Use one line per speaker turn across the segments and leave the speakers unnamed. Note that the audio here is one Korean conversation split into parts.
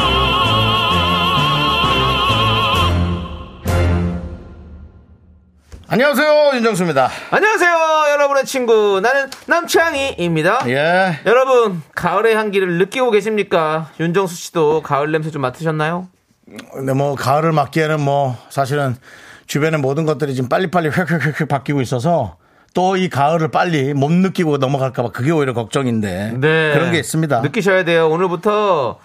안녕하세요 윤정수입니다.
안녕하세요, 여러분의 친구. 나는 남창희입니다.
예.
여러분, 가을의 향기를 느끼고 계십니까? 윤정수 씨도 가을 냄새 좀 맡으셨나요?
근데 뭐 가을을 맞기에는 뭐 사실은 주변의 모든 것들이 지금 빨리빨리 휙휙휙 바뀌고 있어서 또 이 가을을 빨리 못 느끼고 넘어갈까봐 그게 오히려 걱정인데 네. 그런 게 있습니다.
네. 느끼셔야 돼요. 오늘부터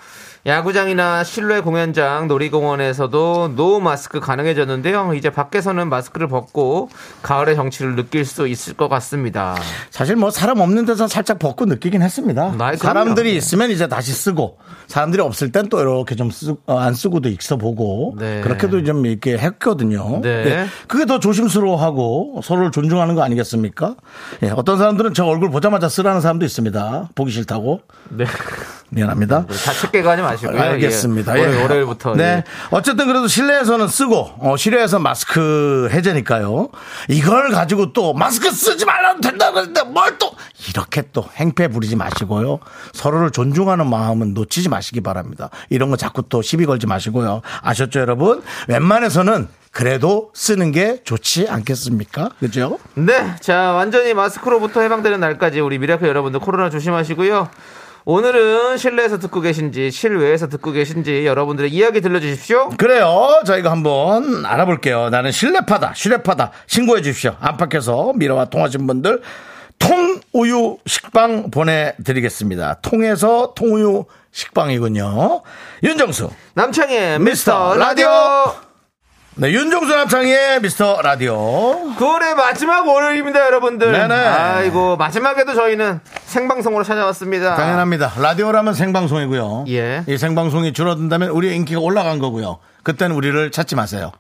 야구장이나 실내 공연장, 놀이공원에서도 노 마스크 가능해졌는데요. 이제 밖에서는 마스크를 벗고 가을의 정취를 느낄 수 있을 것 같습니다.
사실 뭐 사람 없는 데서 살짝 벗고 느끼긴 했습니다.
아이, 그럼요. 네.
사람들이 있으면 이제 다시 쓰고 사람들이 없을 땐 또 이렇게 좀 안 쓰고도 익혀보고
네.
그렇게도 좀 이렇게 했거든요. 예.
네.
그게 더 조심스러워하고 서로를 존중하는 거 아니겠습니까? 예, 어떤 사람들은 저 얼굴 보자마자 쓰라는 사람도 있습니다. 보기 싫다고
네.
미안합니다.
자책 네, 개그하지 마시고요.
알겠습니다.
예.
예.
월요일, 월요일부터.
네.
예.
어쨌든 그래도 실내에서는 쓰고, 어, 실외에서 마스크 해제니까요. 이걸 가지고 또 마스크 쓰지 말라도 된다 그랬는데 뭘 또, 이렇게 또 행패 부리지 마시고요. 서로를 존중하는 마음은 놓치지 마시기 바랍니다. 이런 거 자꾸 또 시비 걸지 마시고요. 아셨죠, 여러분? 웬만해서는 그래도 쓰는 게 좋지 않겠습니까? 그죠?
네, 자 완전히 마스크로부터 해방되는 날까지 우리 미라클 여러분들 코로나 조심하시고요. 오늘은 실내에서 듣고 계신지 실외에서 듣고 계신지 여러분들의 이야기 들려주십시오.
그래요. 저희가 한번 알아볼게요. 나는 실내파다, 실내파다. 신고해 주십시오. 안팎에서 미라와 통하신 분들 통우유 식빵 보내드리겠습니다. 통에서 통우유 식빵이군요. 윤정수.
남창의
미스터
미스터
라디오.
라디오.
네, 윤정수 남창희의 미스터 라디오.
9월의 그 마지막 월요일입니다, 여러분들.
네네.
아이고 마지막에도 저희는 생방송으로 찾아왔습니다.
당연합니다. 라디오라면 생방송이고요.
예.
이 생방송이 줄어든다면 우리의 인기가 올라간 거고요. 그때는 우리를 찾지 마세요.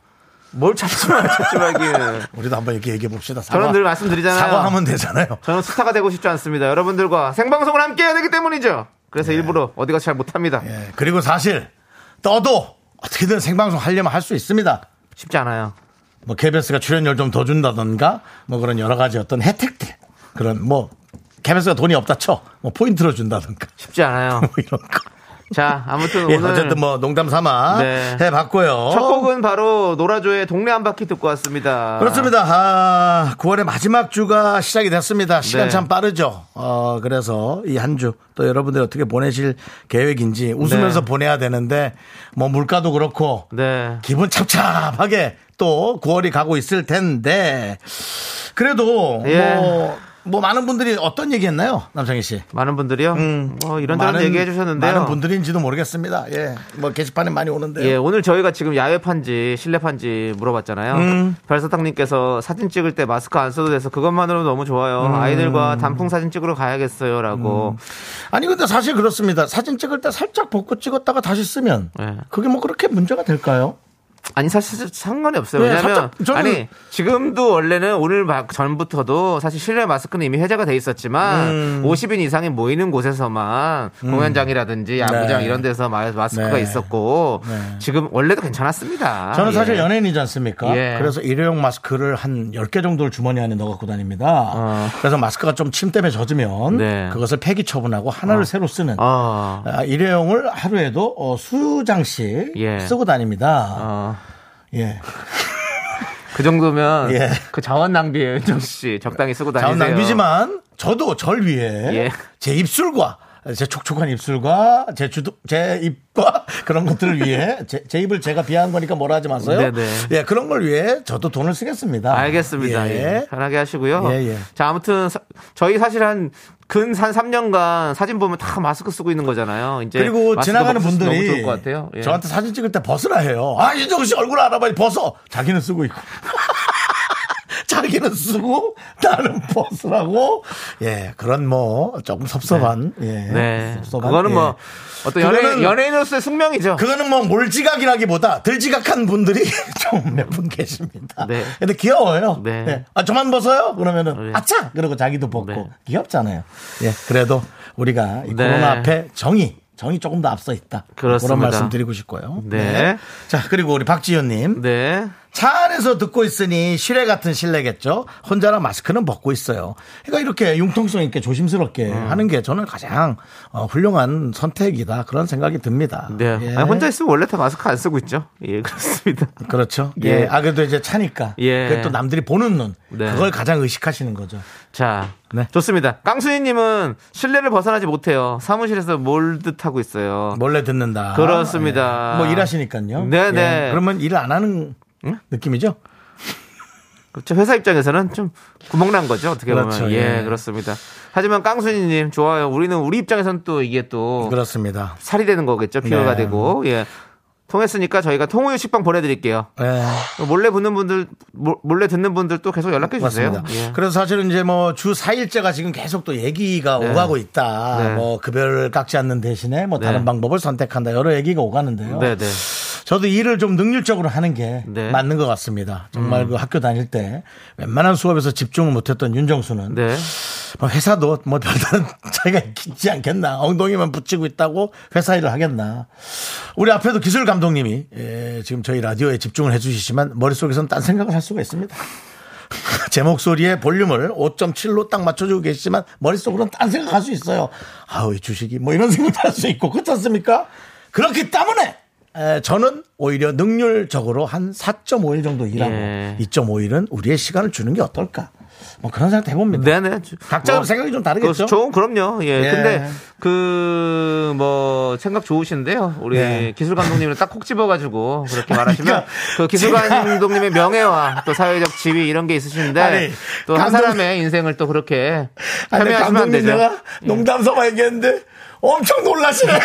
뭘 찾지 마, 찾지 말기는.
우리도 한번 이렇게 얘기해 봅시다.
저는 늘 말씀드리잖아요.
사과하면 되잖아요.
저는 스타가 되고 싶지 않습니다. 여러분들과 생방송을 함께 해야 되기 때문이죠. 그래서 일부러 어디 가서 잘 못합니다.
네. 예, 그리고 사실 떠도 어떻게든 생방송 하려면 할 수 있습니다.
쉽지 않아요.
뭐 KBS가 출연료를 좀 더 준다던가 뭐 그런 여러 가지 어떤 혜택들 그런 뭐 KBS가 돈이 없다 쳐 뭐 포인트로 준다던가
쉽지 않아요.
뭐 이런 거.
자, 아무튼
예,
오늘
어쨌든 뭐 농담 삼아
네.
해봤고요.
첫 곡은 바로 노라조의 동네 한 바퀴 듣고 왔습니다.
그렇습니다. 아, 9월의 마지막 주가 시작이 됐습니다. 시간
네.
참 빠르죠. 어, 그래서 이 한 주 또 여러분들이 어떻게 보내실 계획인지 웃으면서
네.
보내야 되는데 뭐 물가도 그렇고
네.
기분 찹찹하게 또 9월이 가고 있을 텐데 그래도
예.
뭐, 뭐 많은 분들이 어떤 얘기했나요, 남창희 씨?
많은 분들이요. 뭐 이런저런 얘기해 주셨는데요.
음, 많은 분들인지도 모르겠습니다. 예, 뭐 게시판에 많이 오는데.
예, 오늘 저희가 지금 야외판지 실내판지 물어봤잖아요.
음.
별사탕님께서 사진 찍을 때 마스크 안 써도 돼서 그것만으로 너무
음.
좋아요. 아이들과 단풍 사진 찍으러 가야겠어요라고.
아니 근데 사실 그렇습니다. 사진 찍을 때 살짝 벗고 찍었다가 다시 쓰면
예.
그게 뭐 그렇게 문제가 될까요?
아니 사실 상관이 없어요.
네,
왜냐면
살짝 저는-
아니 지금도 원래는 오늘 막 전부터도 사실 실내 마스크는 이미 해제가 돼 있었지만
음.
50인 이상이 모이는 곳에서만 공연장이라든지 야구장
네.
이런 데서 마- 마스크가
네.
있었고
네.
지금 원래도 괜찮았습니다.
저는 사실
예.
연예인이지 않습니까?
예.
그래서 일회용 마스크를 한 10개 정도를 주머니 안에 넣어 갖고 다닙니다.
어.
그래서 마스크가 좀 침 때문에 젖으면
네.
그것을 폐기 처분하고 하나를 새로 쓰는
어.
아, 일회용을 하루에도 어, 수장씩
예.
쓰고 다닙니다.
어.
예.
그 정도면
예.
그 자원 낭비예요, 윤정 씨. 적당히 쓰고 다니세요.
자원 낭비지만 저도 절 위해
예.
제 입술과 제 촉촉한 입술과 제 주도 제 입과 그런 것들을 위해 제, 제 입을 제가 비하한 거니까 뭐라 하지 마세요.
네네.
예, 그런 걸 위해 저도 돈을 쓰겠습니다.
아, 알겠습니다.
예.
예. 편하게 하시고요.
예, 예.
자, 아무튼 사- 저희 사실 한근한 3년간 사진 보면 다 마스크 쓰고 있는 거잖아요. 이제
그리고
마스크
지나가는
벗으면
분들이
너무 좋을 것 같아요. 예.
저한테 사진 찍을 때 벗으라 해요. 아, 이정씨 얼굴 알아봐야 벗어. 자기는 쓰고 있고. 자기는 쓰고 나는 벗으라고 예 그런 뭐 조금 섭섭한 예
네.
섭섭한,
그거는
예.
뭐 어떤 연예인,
그거는-
연예인으로서의 숙명이죠.
그거는 뭐 몰지각이라기보다 들지각한 분들이 좀 몇 분 계십니다.
네.
근데 귀여워요.
네.
예. 아 저만 벗어요? 그러면은
네.
아차 그러고 자기도 벗고
네.
귀엽잖아요. 예. 그래도 우리가 이
네.
코로나 앞에 정의 정이 조금 더 앞서 있다.
그렇습니다.
런 말씀 드리고 싶고요.
네.
자 그리고 우리 박지현님
네.
차 안에서 듣고 있으니 실외 같은 실내겠죠. 혼자라 마스크는 벗고 있어요. 그러니까 이렇게 융통성 있게 조심스럽게
음.
하는 게 저는 가장 어, 훌륭한 선택이다 그런 생각이 듭니다.
네.
예.
아니, 혼자 있으면 원래 다 마스크 안 쓰고 있죠. 예, 그렇습니다.
그렇죠.
예.
예. 아, 그래도 이제 차니까.
예.
그게 또 남들이 보는 눈.
네.
그걸 가장 의식하시는 거죠.
자,
네.
좋습니다. 깡수이님은 실내를 벗어나지 못해요. 사무실에서 몰듯 하고 있어요.
몰래 듣는다.
그렇습니다.
예. 뭐 일하시니까요.
네네.
예. 그러면 일을 안 하는 느낌이죠?
그렇죠. 회사 입장에서는 좀 구멍난 거죠. 어떻게 보면.
그렇죠.
예,
예.
그렇습니다. 하지만 깡순이님 좋아요. 우리는 우리 입장에서는 또 이게 또
그렇습니다.
살이 되는 거겠죠. 피부가
네.
되고. 예. 통했으니까 저희가 통우유 식빵 보내드릴게요.
예.
몰래 붙는 분들, 몰- 몰래 듣는 분들 또 계속 연락해 주세요.
맞습니다.
예.
그래서 사실은 이제 뭐 주 4일째가 지금 계속 또 얘기가
네.
오가고 있다.
네.
뭐 급여를 깎지 않는 대신에 뭐
네.
다른 방법을 선택한다. 여러 얘기가 오가는데요.
네, 네.
저도 일을 좀 능률적으로 하는 게
네. 음.
맞는 것 같습니다. 정말 그 학교 다닐 때 웬만한 수업에서 집중을 못했던 윤정수는
네.
뭐 회사도 뭐 별다른 차이가 있지 않겠나. 엉덩이만 붙이고 있다고 회사 일을 하겠나. 우리 앞에도 기술 감독님이 예, 지금 저희 라디오에 집중을 해주시지만 머릿속에서는 딴 생각을 할 수가 있습니다. 제 목소리의 볼륨을 5.7로 딱 맞춰주고 계시지만 머릿속으로는 딴 생각할 수 있어요. 아우 이 주식이 뭐 이런 생각도 할 수 있고 그렇지 않습니까? 그렇기 때문에 에, 저는 오히려 능률적으로 한 4.5일 정도 일하고
예.
2.5일은 우리의 시간을 주는 게 어떨까? 뭐 그런 생각도 해봅니다.
네, 네.
각자 생각이 좀 다르겠죠?
그, 좋은, 그럼요. 예.
그렇죠? 예.
근데 그, 뭐, 생각 좋으신데요. 우리
네.
기술 감독님을 딱 콕 집어가지고 그렇게 말하시면
그러니까
그 기술
제가-
감독님의 명예와 또 사회적 지위 이런 게
아니,
있으신데 또 한
감독-
사람의 인생을 또 그렇게
아, 근데
참여하시면 안
감독님
되죠. 음.
내가 농담 삼아 얘기했는데 엄청 놀라시네.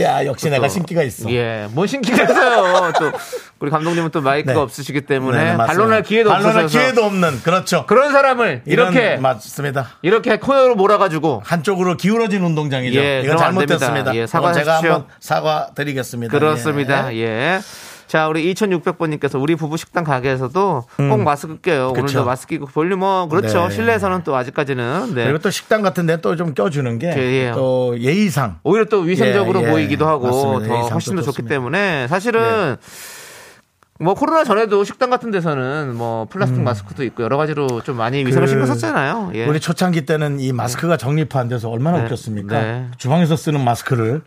야, 역시 내가 신기가 있어.
예, 뭔 신기가 있어요. 또 우리 감독님은 또 마이크가
네.
없으시기
네,
때문에
네, 맞습니다.
반론할 기회도
반론할
없어서
기회도 없는, 그렇죠.
그런 사람을
이런-
이렇게
맞습니다.
이렇게 코너로 몰아가지고
한쪽으로 기울어진 운동장이죠.
예,
이건
그럼 안 됩니다.
잘못됐습니다.
예,
이건 제가
사과하십시오.
한번 사과드리겠습니다.
그렇습니다.
예.
예. 자, 우리 2600번님께서 우리 부부 식당 가게에서도 꼭 마스크 껴요.
음. 그쵸.
오늘도 마스크 끼고 볼륨, 어, 그렇죠.
네.
실내에서는 또 아직까지는. 네.
그리고 또 식당 같은 데 또 좀 껴주는
예.
게 또 예의상
오히려 또 위생적으로
예, 예.
보이기도 하고
맞습니다.
더
예상도
훨씬 더 좋기
좋습니다. 네.
때문에 사실은 뭐 코로나 전에도 식당 같은 데서는 뭐 플라스틱 마스크도 있고 여러 가지로 좀 많이 위생을
음. 그
신경 썼잖아요. 예.
우리 초창기 때는 이 마스크가 정립화 안 돼서 얼마나
네.
웃겼습니까?
네.
주방에서 쓰는 마스크를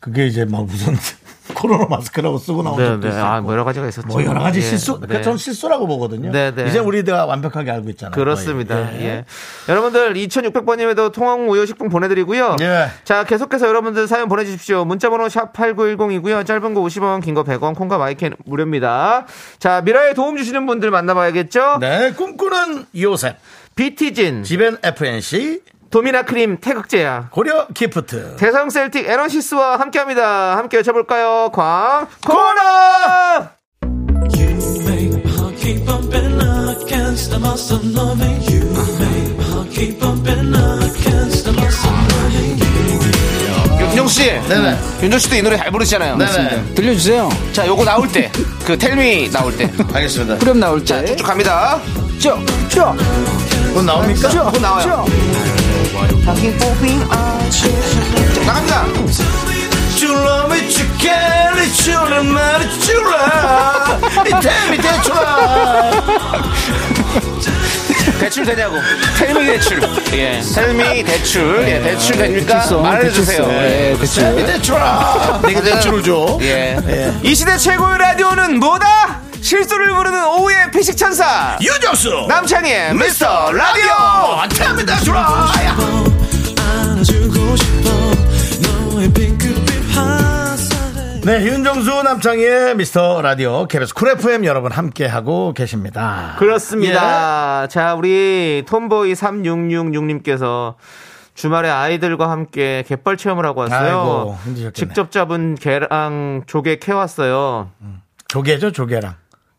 그게 이제 막 무슨 코로나 마스크라고 쓰고 나온
네,
적도
네.
있었고
아, 뭐 여러 가지가 있었죠.
뭐 여러 가지
예.
실수 그러니까
네.
전 실수라고 보거든요.
네, 네.
이제 우리가 완벽하게 알고 있잖아요.
그렇습니다.
거의.
예. 여러분들 2600번님에도 통황 우유 식품 보내드리고요.
예.
자, 계속해서 여러분들 사연 보내주십시오. 문자번호 샵 8910이고요. 짧은 거 50원, 긴 거 100원, 콩과 마이크는 무료입니다. 자, 미라에 도움 주시는 분들 만나봐야겠죠?
네, 꿈꾸는 요셉,
비티진,
지벤 FNC,
도미나 크림, 태극제야.
고려 기프트.
대성 셀틱 에너시스와 함께합니다. 함께 외쳐볼까요? 광 코너!
You make my heart keep bumping against the muscle loving you. make my heart keep bumping against the muscle loving you.
윤정 씨,
네네.
윤정 씨도 이 노래 잘 부르시잖아요.
네네.
들려주세요.
자, 요거 나올 때, 그 텔미 나올 때,
알겠습니다.
그럼 나올 때.
쭉 갑니다.
쭉, 쭉,
그건 나옵니까?
쭉 나와요. 자, 나갑니다.
You love me, you care, it's your man, it's your love. 이 템이 대출아.
대출 되냐고. 텔미 대출. 예. 텔미 대출. 예, 대출 됩니까?
아, 대출성,
말해주세요.
대출성.
예.
예, 대출. 네,
템이 대출아.
내가 대출을
줘.
예. 이 시대 최고의 라디오는 뭐다? 실수를 부르는 오후의 피식천사.
유정수.
남창희의 미스터 라디오!
템이 대출아.
안아주고 싶어 너의 핑크빛 화살에
네, 윤정수 남창희의 미스터 라디오 KBS 쿨 FM 여러분 함께 하고 계십니다. 예.
그렇습니다. 자, 우리 톰보이 3666님께서 주말에 아이들과 함께 갯벌 체험을 하고 왔어요.
아이고, 힘드셨겠네.
직접 잡은 개랑 조개 캐왔어요.
조개죠, 조개랑.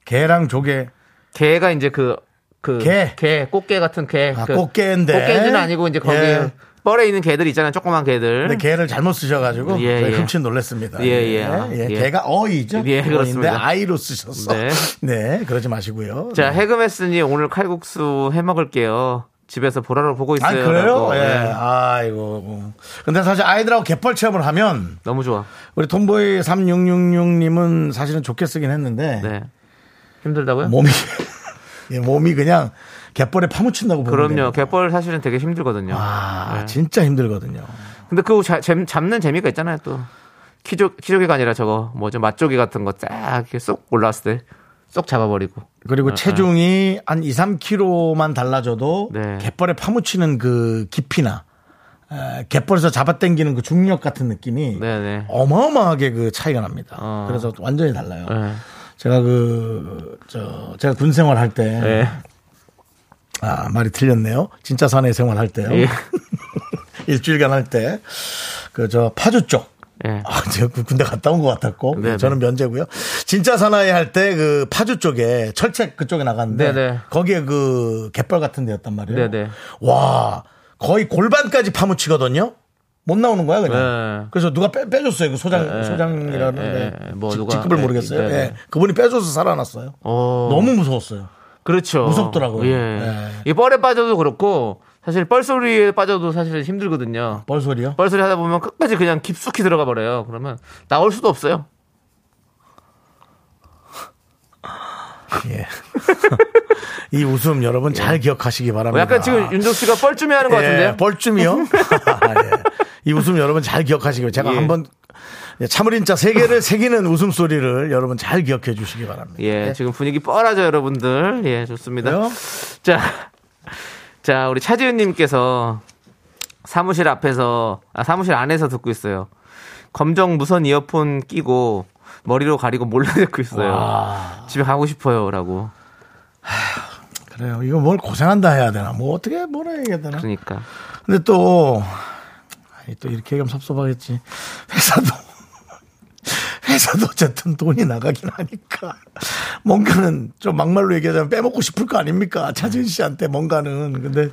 개랑 조개.
개가 이제 그, 그,
개.
꽃게 같은 개.
아,
그
꽃게인데.
꽃게는 아니고 이제 거기
예.
뻘에 있는 개들 있잖아요. 조그만 개들.
근데 개를 잘못 쓰셔가지고
예,
저희
예.
흠칫 놀랬습니다.
예, 예. 아,
예.
예.
개가 어이죠.
예, 그렇습니다.
어이인데 아이로 쓰셨어.
네.
네. 그러지 마시고요.
자, 해금했으니 오늘 칼국수 해 먹을게요. 집에서 보라로 보고
아
있어요.
그래요?
라고.
예.
네.
아이고. 근데 사실 아이들하고 갯벌 체험을 하면
너무 좋아.
우리 톰보이 3666님은 사실은 좋게 쓰긴 했는데
네. 힘들다고요?
몸이 예, 몸이 그냥 갯벌에 파묻힌다고 보면
그럼요.
됩니다.
갯벌 사실은 되게 힘들거든요.
아
네.
진짜 힘들거든요.
근데 그거 자- 잼- 잡는 재미가 있잖아요, 또. 키조, 키조개가 아니라 저거, 뭐죠, 맛조개 같은 거 쫙 이렇게 쏙 올라왔을 때 쏙 잡아버리고.
그리고
네,
체중이 한 2, 3kg만 달라져도
네.
갯벌에 파묻히는 그 깊이나 에, 갯벌에서 잡아당기는 그 중력 같은 느낌이
네네.
어마어마하게 그 차이가 납니다.
어.
그래서 완전히 달라요.
네.
제가 그, 저, 제가 군 생활 할 때,
네.
아, 말이 틀렸네요. 진짜 사내 생활 할 때요.
예.
일주일간 할 때, 그, 저, 파주 쪽.
예.
아, 제가 그 군대 갔다 온 것 같았고.
네네.
저는 면제고요. 진짜 사나이 할 때 그 파주 쪽에 철책 그쪽에 나갔는데.
네네.
거기에 그 갯벌 같은 데였단 말이에요.
네네.
와, 거의 골반까지 파묻히거든요. 못 나오는 거야, 그냥.
네.
그래서 누가 빼, 빼줬어요. 그 소장,
네, 네, 네,
소장이라는데.
네, 네. 뭐
직-
누가,
직급을
네,
모르겠어요.
네, 네.
예. 그분이 빼줘서 살아났어요.
어.
너무 무서웠어요.
그렇죠.
무섭더라고요.
예.
예.
이 뻘에 빠져도 그렇고, 사실 뻘소리에 빠져도 사실 힘들거든요.
벌 소리요?
뻘소리 하다 보면 끝까지 그냥 깊숙이 들어가 버려요. 그러면 나올 수도 없어요.
예. 이 웃음 여러분 잘 기억하시기 바랍니다.
예. 뭐 어, 약간 지금 윤종 씨가 뻘쭘해 하는 것 같은데요?
예, 벌쯤이요. 예. 이 웃음 여러분 잘 기억하시고 제가
예.
한번 예, 참을인자 세 개를 새기는 웃음 소리를 여러분 잘 기억해 주시기 바랍니다.
예, 지금 분위기 뻘하죠, 여러분들. 예, 좋습니다.
그래요?
자, 자, 우리 차지은님께서 사무실 앞에서, 아, 사무실 안에서 듣고 있어요. 검정 무선 이어폰 끼고 머리로 가리고 몰래 듣고 있어요. 집에 가고 싶어요. 라고.
그래요. 이거 뭘 고생한다 해야 되나? 뭐 어떻게 뭐라 해야 되나?
그러니까.
근데 또, 아니, 또 이렇게 얘기하면 섭섭하겠지. 회사도, 회사도 어쨌든 돈이 나가긴 하니까. 뭔가는 좀 막말로 얘기하자면 빼먹고 싶을 거 아닙니까? 차지은 씨한테 뭔가는. 근데,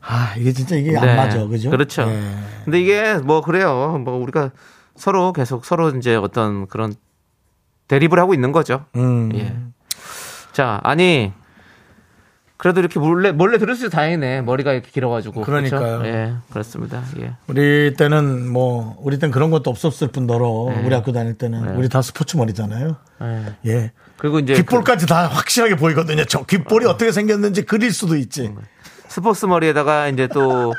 아, 이게 진짜 이게
네.
안 맞아. 그죠?
그렇죠.
예.
근데 이게 뭐 그래요. 뭐 우리가 서로 계속 서로 이제 어떤 그런 대립을 하고 있는 거죠.
음.
예. 자, 아니. 그래도 이렇게 몰래, 몰래 들을 수 다행이네. 머리가 이렇게 길어가지고. 그렇죠?
그러니까요.
예, 그렇습니다. 예.
우리 때는 뭐, 우리 땐 그런 것도 없었을 뿐더러,
네.
우리 학교 다닐 때는,
네.
우리 다 스포츠 머리잖아요.
예.
예.
그리고 이제
귓볼까지 다 확실하게 보이거든요. 저 귓볼이 어. 떻게 생겼는지 그릴 수도 있지.
그 스포츠 머리에다가 이제 또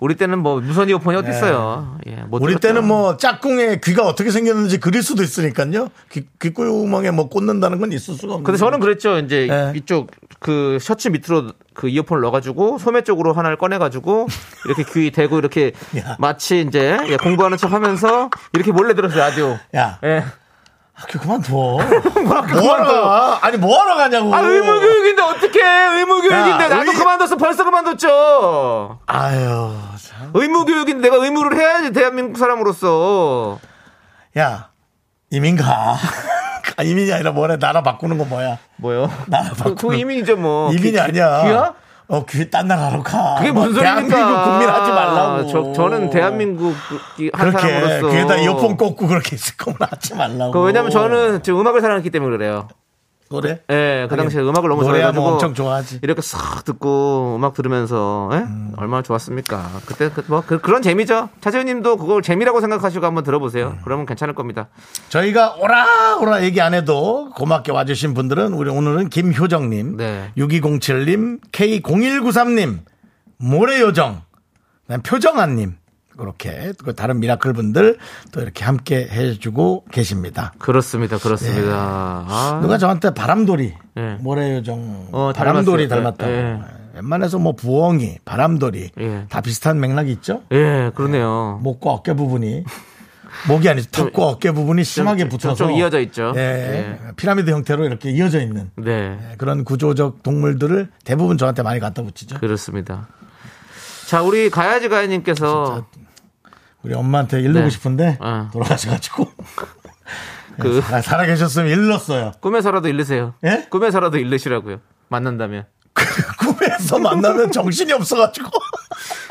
우리 때는 뭐 무선 이어폰이 어딨어요. 예, 못
우리
들었죠.
때는 뭐 짝꿍의 귀가 어떻게 생겼는지 그릴 수도 있으니까요. 귀, 귓구멍에 뭐 꽂는다는 건 있을 수가 없는.
근데 저는 그랬죠. 이제
예.
이쪽 그 셔츠 밑으로 그 이어폰을 넣어가지고 소매 쪽으로 하나를 꺼내가지고 이렇게 귀 대고 이렇게
야.
마치 이제 예, 공부하는 척 하면서 이렇게 몰래 들었어요. 라디오.
야,
예.
학교 아, 그만둬. 뭐하러
그만둬.
가? 아니 뭐하러 가냐고.
아, 의무교육인데 어떡해. 의무교육인데
야,
나도
의-
그만뒀어. 벌써 그만뒀죠.
아유, 참.
의무교육인데 내가 의무를 해야지. 대한민국 사람으로서.
야, 이민가. 아, 이민이 아니라 뭐래? 나라 바꾸는 거 뭐야?
뭐요?
나라
그,
바꾸는.
그 이민이죠 뭐.
이민이
귀-
아니야.
귀야?
어, 귀에 딴 나라로 가. 뭐
그게 무슨 소리입니까?
대한민국 국민 하지 말라고.
저, 저는 대한민국 그- 한
그렇게
사람으로서.
귀에다 이어폰 꽂고 그렇게 있을 거면 하지 말라고.
그 왜냐면 저는 지금 음악을 사랑했기 때문에 그래요.
그래?
예, 그
하긴
당시에 음악을 너무
노래야
좋아해가지고
뭐 엄청 좋아하지.
이렇게 싹 듣고 음악 들으면서 예? 얼마나 좋았습니까? 그때 그, 뭐 그, 런 재미죠. 차재훈님도 그걸 재미라고 생각하시고 한번 들어보세요.
음.
그러면 괜찮을 겁니다.
저희가 오라 오라 얘기 안 해도 고맙게 와주신 분들은 우리 오늘은 김효정님,
네.
6207님, K0193님, 모래요정, 그다음 표정아님 그렇게 또 다른 미라클 분들 또 이렇게 함께 해주고 계십니다.
그렇습니다,
예.
그렇습니다. 아,
누가 저한테 바람돌이
예.
모래요정
어,
바람돌이
닮았어요.
닮았다고.
예.
웬만해서 뭐 부엉이, 바람돌이
예.
다 비슷한 맥락이 있죠.
예, 그러네요.
목과 어깨 부분이 목이 아니죠 턱과 어깨 부분이 심하게
좀-
붙어서
좀 이어져 있죠.
예, 피라미드 형태로 이렇게 이어져 있는
네.
예, 그런 구조적 동물들을 대부분 저한테 많이 갖다 붙이죠.
그렇습니다. 자, 우리 가야지 가야님께서
우리 엄마한테 일르고
네.
싶은데
어.
돌아가셔가지고
그
아, 살아계셨으면 일렀어요.
꿈에서라도 일르세요.
예?
꿈에서라도 일르시라고요. 만난다면.
그 꿈에서 만나면 정신이 없어가지고.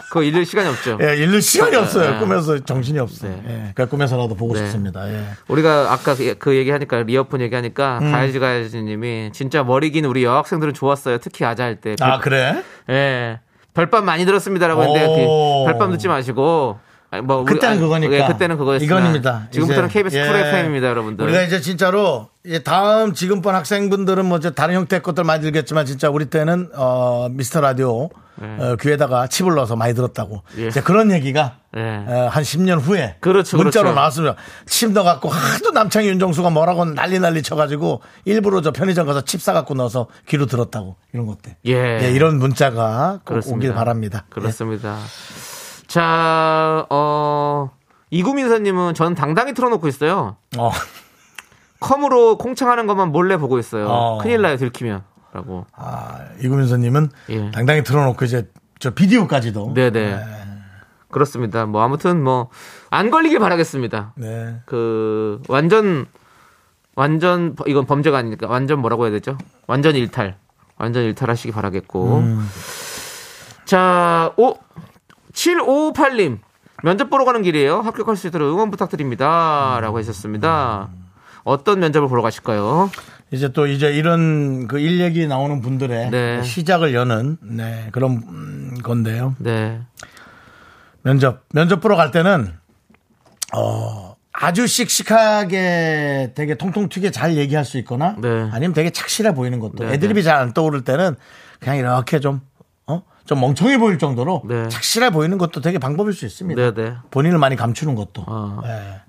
그거 일릴 시간이 없죠.
예, 일릴 시간이 없어요.
네.
꿈에서 정신이 없어요.
네.
예, 그러니까 꿈에서라도 보고
네.
싶습니다. 예.
우리가 아까 그- 그 얘기하니까 리어폰 얘기하니까
음.
가야지 가야지 님이 진짜 머리 긴 우리 여학생들은 좋았어요. 특히 아자할 때.
아, 그래?
예. 별밤 많이 들었습니다라고 했는데
오.
그 별밤 듣지 마시고 아니, 뭐 우리-
그때는
아니,
그거니까.
예, 그때는 그거였어요.
이건입니다.
지금부터는
이제,
KBS 쿨
예.
FM입니다, 여러분들.
우리가 이제 진짜로 이 다음 지금번 학생분들은 뭐 이제 다른 형태의 것들 많이 들겠지만 진짜 우리 때는 어, 미스터 라디오 어, 귀에다가 칩을 넣어서 많이 들었다고.
예.
이제 그런 얘기가
예.
어, 한 10년 후에
그렇죠,
문자로
그렇죠.
나왔으면 칩 넣어갖고 하도 남창희 윤정수가 뭐라고 난리 난리 쳐가지고 일부러 저 편의점 가서 칩 사갖고 넣어서 귀로 들었다고 이런 것들.
예.
이런 문자가 꼭
그렇습니다.
오길 바랍니다. 예.
그렇습니다. 자, 어 이구민서님은 전 당당히 틀어놓고 있어요.
예. 어.
컴으로 콩창하는 것만 몰래 보고 있어요.
어.
큰일 나요 들키면라고.
아, 이구민서님은
예.
당당히 틀어놓고 이제 저 비디오까지도.
뭐. 네네. 그렇습니다. 뭐 아무튼 뭐 안 걸리길 바라겠습니다.
네.
그 완전 완전 버- 이건 범죄가 아니니까 완전 뭐라고 해야 되죠? 완전 일탈. 완전 일탈하시기 바라겠고. 자, 오 7558님. 면접 보러 가는 길이에요. 합격할 수 있도록 응원 부탁드립니다. 라고 하셨습니다. 어떤 면접을 보러 가실까요?
이제 또 이제 이런 그 일 얘기 나오는 분들의
네.
시작을 여는 네, 그런 음, 건데요.
네.
면접 면접 보러 갈 때는 어 아주 씩씩하게 되게 통통 튀게 잘 얘기할 수 있거나
네.
아니면 되게 착실해 보이는 것도
네,
애드립이 잘 안 떠오를 때는 그냥 이렇게 좀 어? 좀 멍청해 보일 정도로
네.
착실해 보이는 것도 되게 방법일 수 있습니다.
네, 네.
본인을 많이 감추는 것도.
어.
예.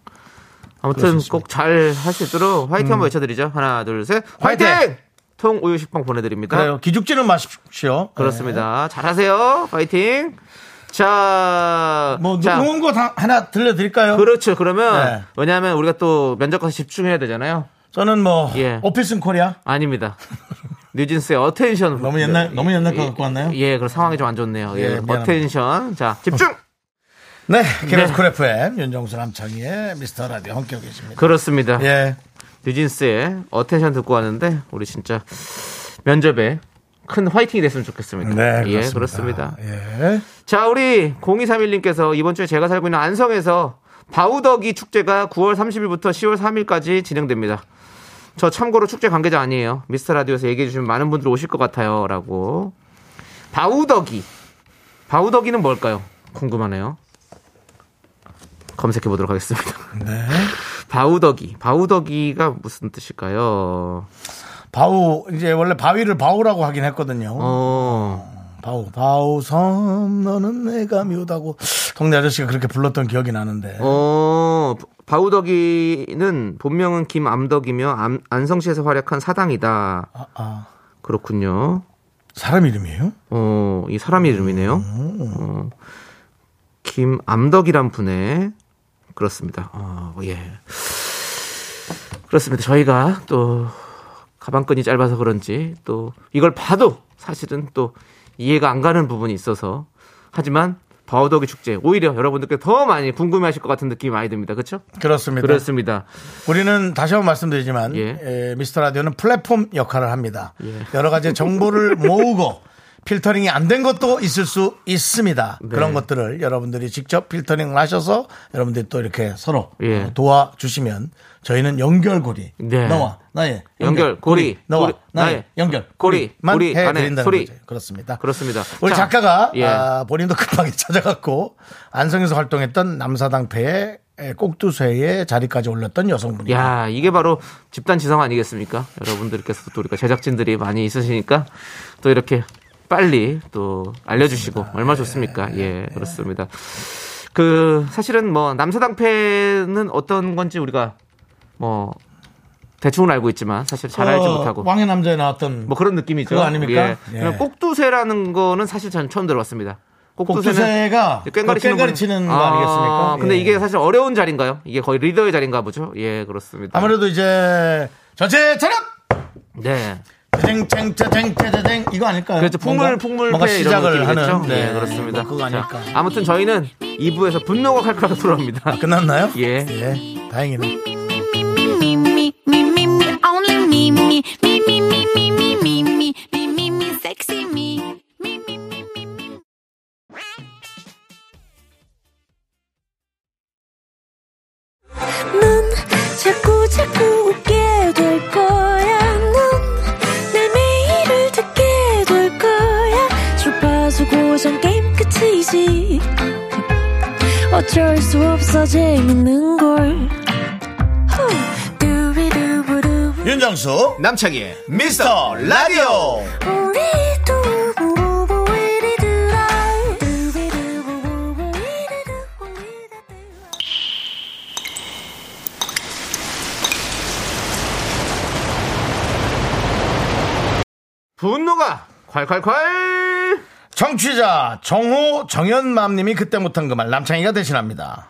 아무튼 꼭 잘 할 수 있도록 화이팅 한번 외쳐드리죠. 하나, 둘, 셋. 화이팅!
음. 화이팅!
통 우유 식빵 보내드립니다.
그래요. 네. 기죽지는 마십시오.
그렇습니다. 잘하세요. 화이팅! 자,
예. 뭐
자,
누군 거다 하나 들려드릴까요?
그렇죠. 그러면
네.
왜냐하면 우리가 또 면접 가서 집중해야 되잖아요.
저는 뭐
예.
오피슨 코리아
아닙니다. 뉴진스의 어텐션.
너무 옛날 너무 옛날 거 갖고 왔나요?
예, 그럼 상황이 좀 안 좋네요.
예,
예,
미안합니다.
어텐션. 자, 집중.
네, KBS
네.
쿨 FM 윤정수 남창희의 미스터 라디오 함께하고 계십니다.
그렇습니다.
예,
뉴진스의 어텐션 듣고 왔는데 우리 진짜 면접에 큰 화이팅이 됐으면 좋겠습니다.
네, 그렇습니다.
예, 그렇습니다.
예.
자, 우리 0231님께서 이번 주에 제가 살고 있는 안성에서 바우더기 축제가 9월 30일부터 10월 3일까지 진행됩니다. 저 참고로 축제 관계자 아니에요. 미스터 라디오에서 얘기해 주시면 많은 분들이 오실 것 같아요. 라고. 바우더기. 바우더기는 뭘까요? 궁금하네요. 검색해 보도록 하겠습니다.
네.
바우더기. 바우더기가 무슨 뜻일까요?
바우 이제 원래 바위를 바우라고 하긴 했거든요.
어,
바우 바우섬 너는 내가 미우다고 동네 아저씨가 그렇게 불렀던 기억이 나는데.
어, 바우더기는 본명은 김암덕이며 암- 안성시에서 활약한 사당이다.
아, 아.
그렇군요.
사람 이름이에요?
어, 이 사람 이름이네요. 어, 김암덕이란 분의 그렇습니다. 어, 예. 그렇습니다. 저희가 또 가방끈이 짧아서 그런지 또 이걸 봐도 사실은 또 이해가 안 가는 부분이 있어서 하지만 바우더기 축제 오히려 여러분들께 더 많이 궁금해하실 것 같은 느낌이 많이 듭니다. 그렇죠?
그렇습니다.
그렇습니다.
우리는 다시 한번 말씀드리지만
예.
에, 미스터 라디오는 플랫폼 역할을 합니다. 여러 가지 정보를 모으고 필터링이 안 된 것도 있을 수 있습니다.
네.
그런 것들을 여러분들이 직접 필터링을 하셔서 여러분들이 또 이렇게 서로
예.
어, 도와주시면 저희는 연결고리
네.
너와 나의
연결, 고리.
너와
고리,
나의,
나의
연결
고리,
고리만
고리 안에
해드린다는
소리.
거죠. 그렇습니다.
그렇습니다.
우리
자,
작가가
예.
아, 본인도 급하게 찾아갔고 안성에서 활동했던 남사당패의 꼭두쇠에 자리까지 올렸던 여성분이
야, 이게 바로 집단 지성 아니겠습니까? 여러분들께서도 또 우리가 제작진들이 많이 있으시니까 또 이렇게 빨리 또 알려주시고 얼마 나 좋습니까?
네.
예, 그렇습니다. 그 사실은 뭐 남사당패는 어떤 건지 우리가 뭐 대충은 알고 있지만
어,
사실 잘 알지 못하고
왕의 남자에 나왔던
뭐 그런 느낌이죠.
그거 아닙니까?
예.
예.
그럼 꼭두쇠라는 거는 사실 저는 처음 들어봤습니다. 그
꼭두쇠가
꽹과리 치는,
꽹과리 치는 거 아니겠습니까?
근데
예.
이게 사실 어려운 자리인가요? 이게 거의 리더의 자리인가 보죠? 예, 그렇습니다.
아무래도 이제 전체 차렷
네.
쟁쟁쟁쟁쟁쟁 이거 아닐까요?
그렇죠.
뭔가-
풍물 풍물
뭔가
패 이런
시작을
느낌이겠죠.
하는
예, 그렇습니다.
뭐 그거 아닐까?
자, 아무튼 저희는 2부에서 분노가 칼칼 돌아옵니다.
그 끝났나요?
예.
예. 다행이네.
me, me, me, me, me, me, me, me, me, me, me, me, me, me, me, sexy me. Me, me, me, me, me. 넌 자꾸 자꾸 웃게 될 거야. 넌내 매일을 듣게 될 거야. 주파수 고정 게임 끝이지. 어쩔 수 없어 재밌는 걸. 후. 두비두부두.
윤정수
남창희의 미스터 라디오
우리 두부부부 우리 두라. 두비두부부부 우리 두부 우리 두부.
분노가 콸콸콸
정취자 정호 정현맘님이 그때 못한 그 말 남창희가 대신합니다.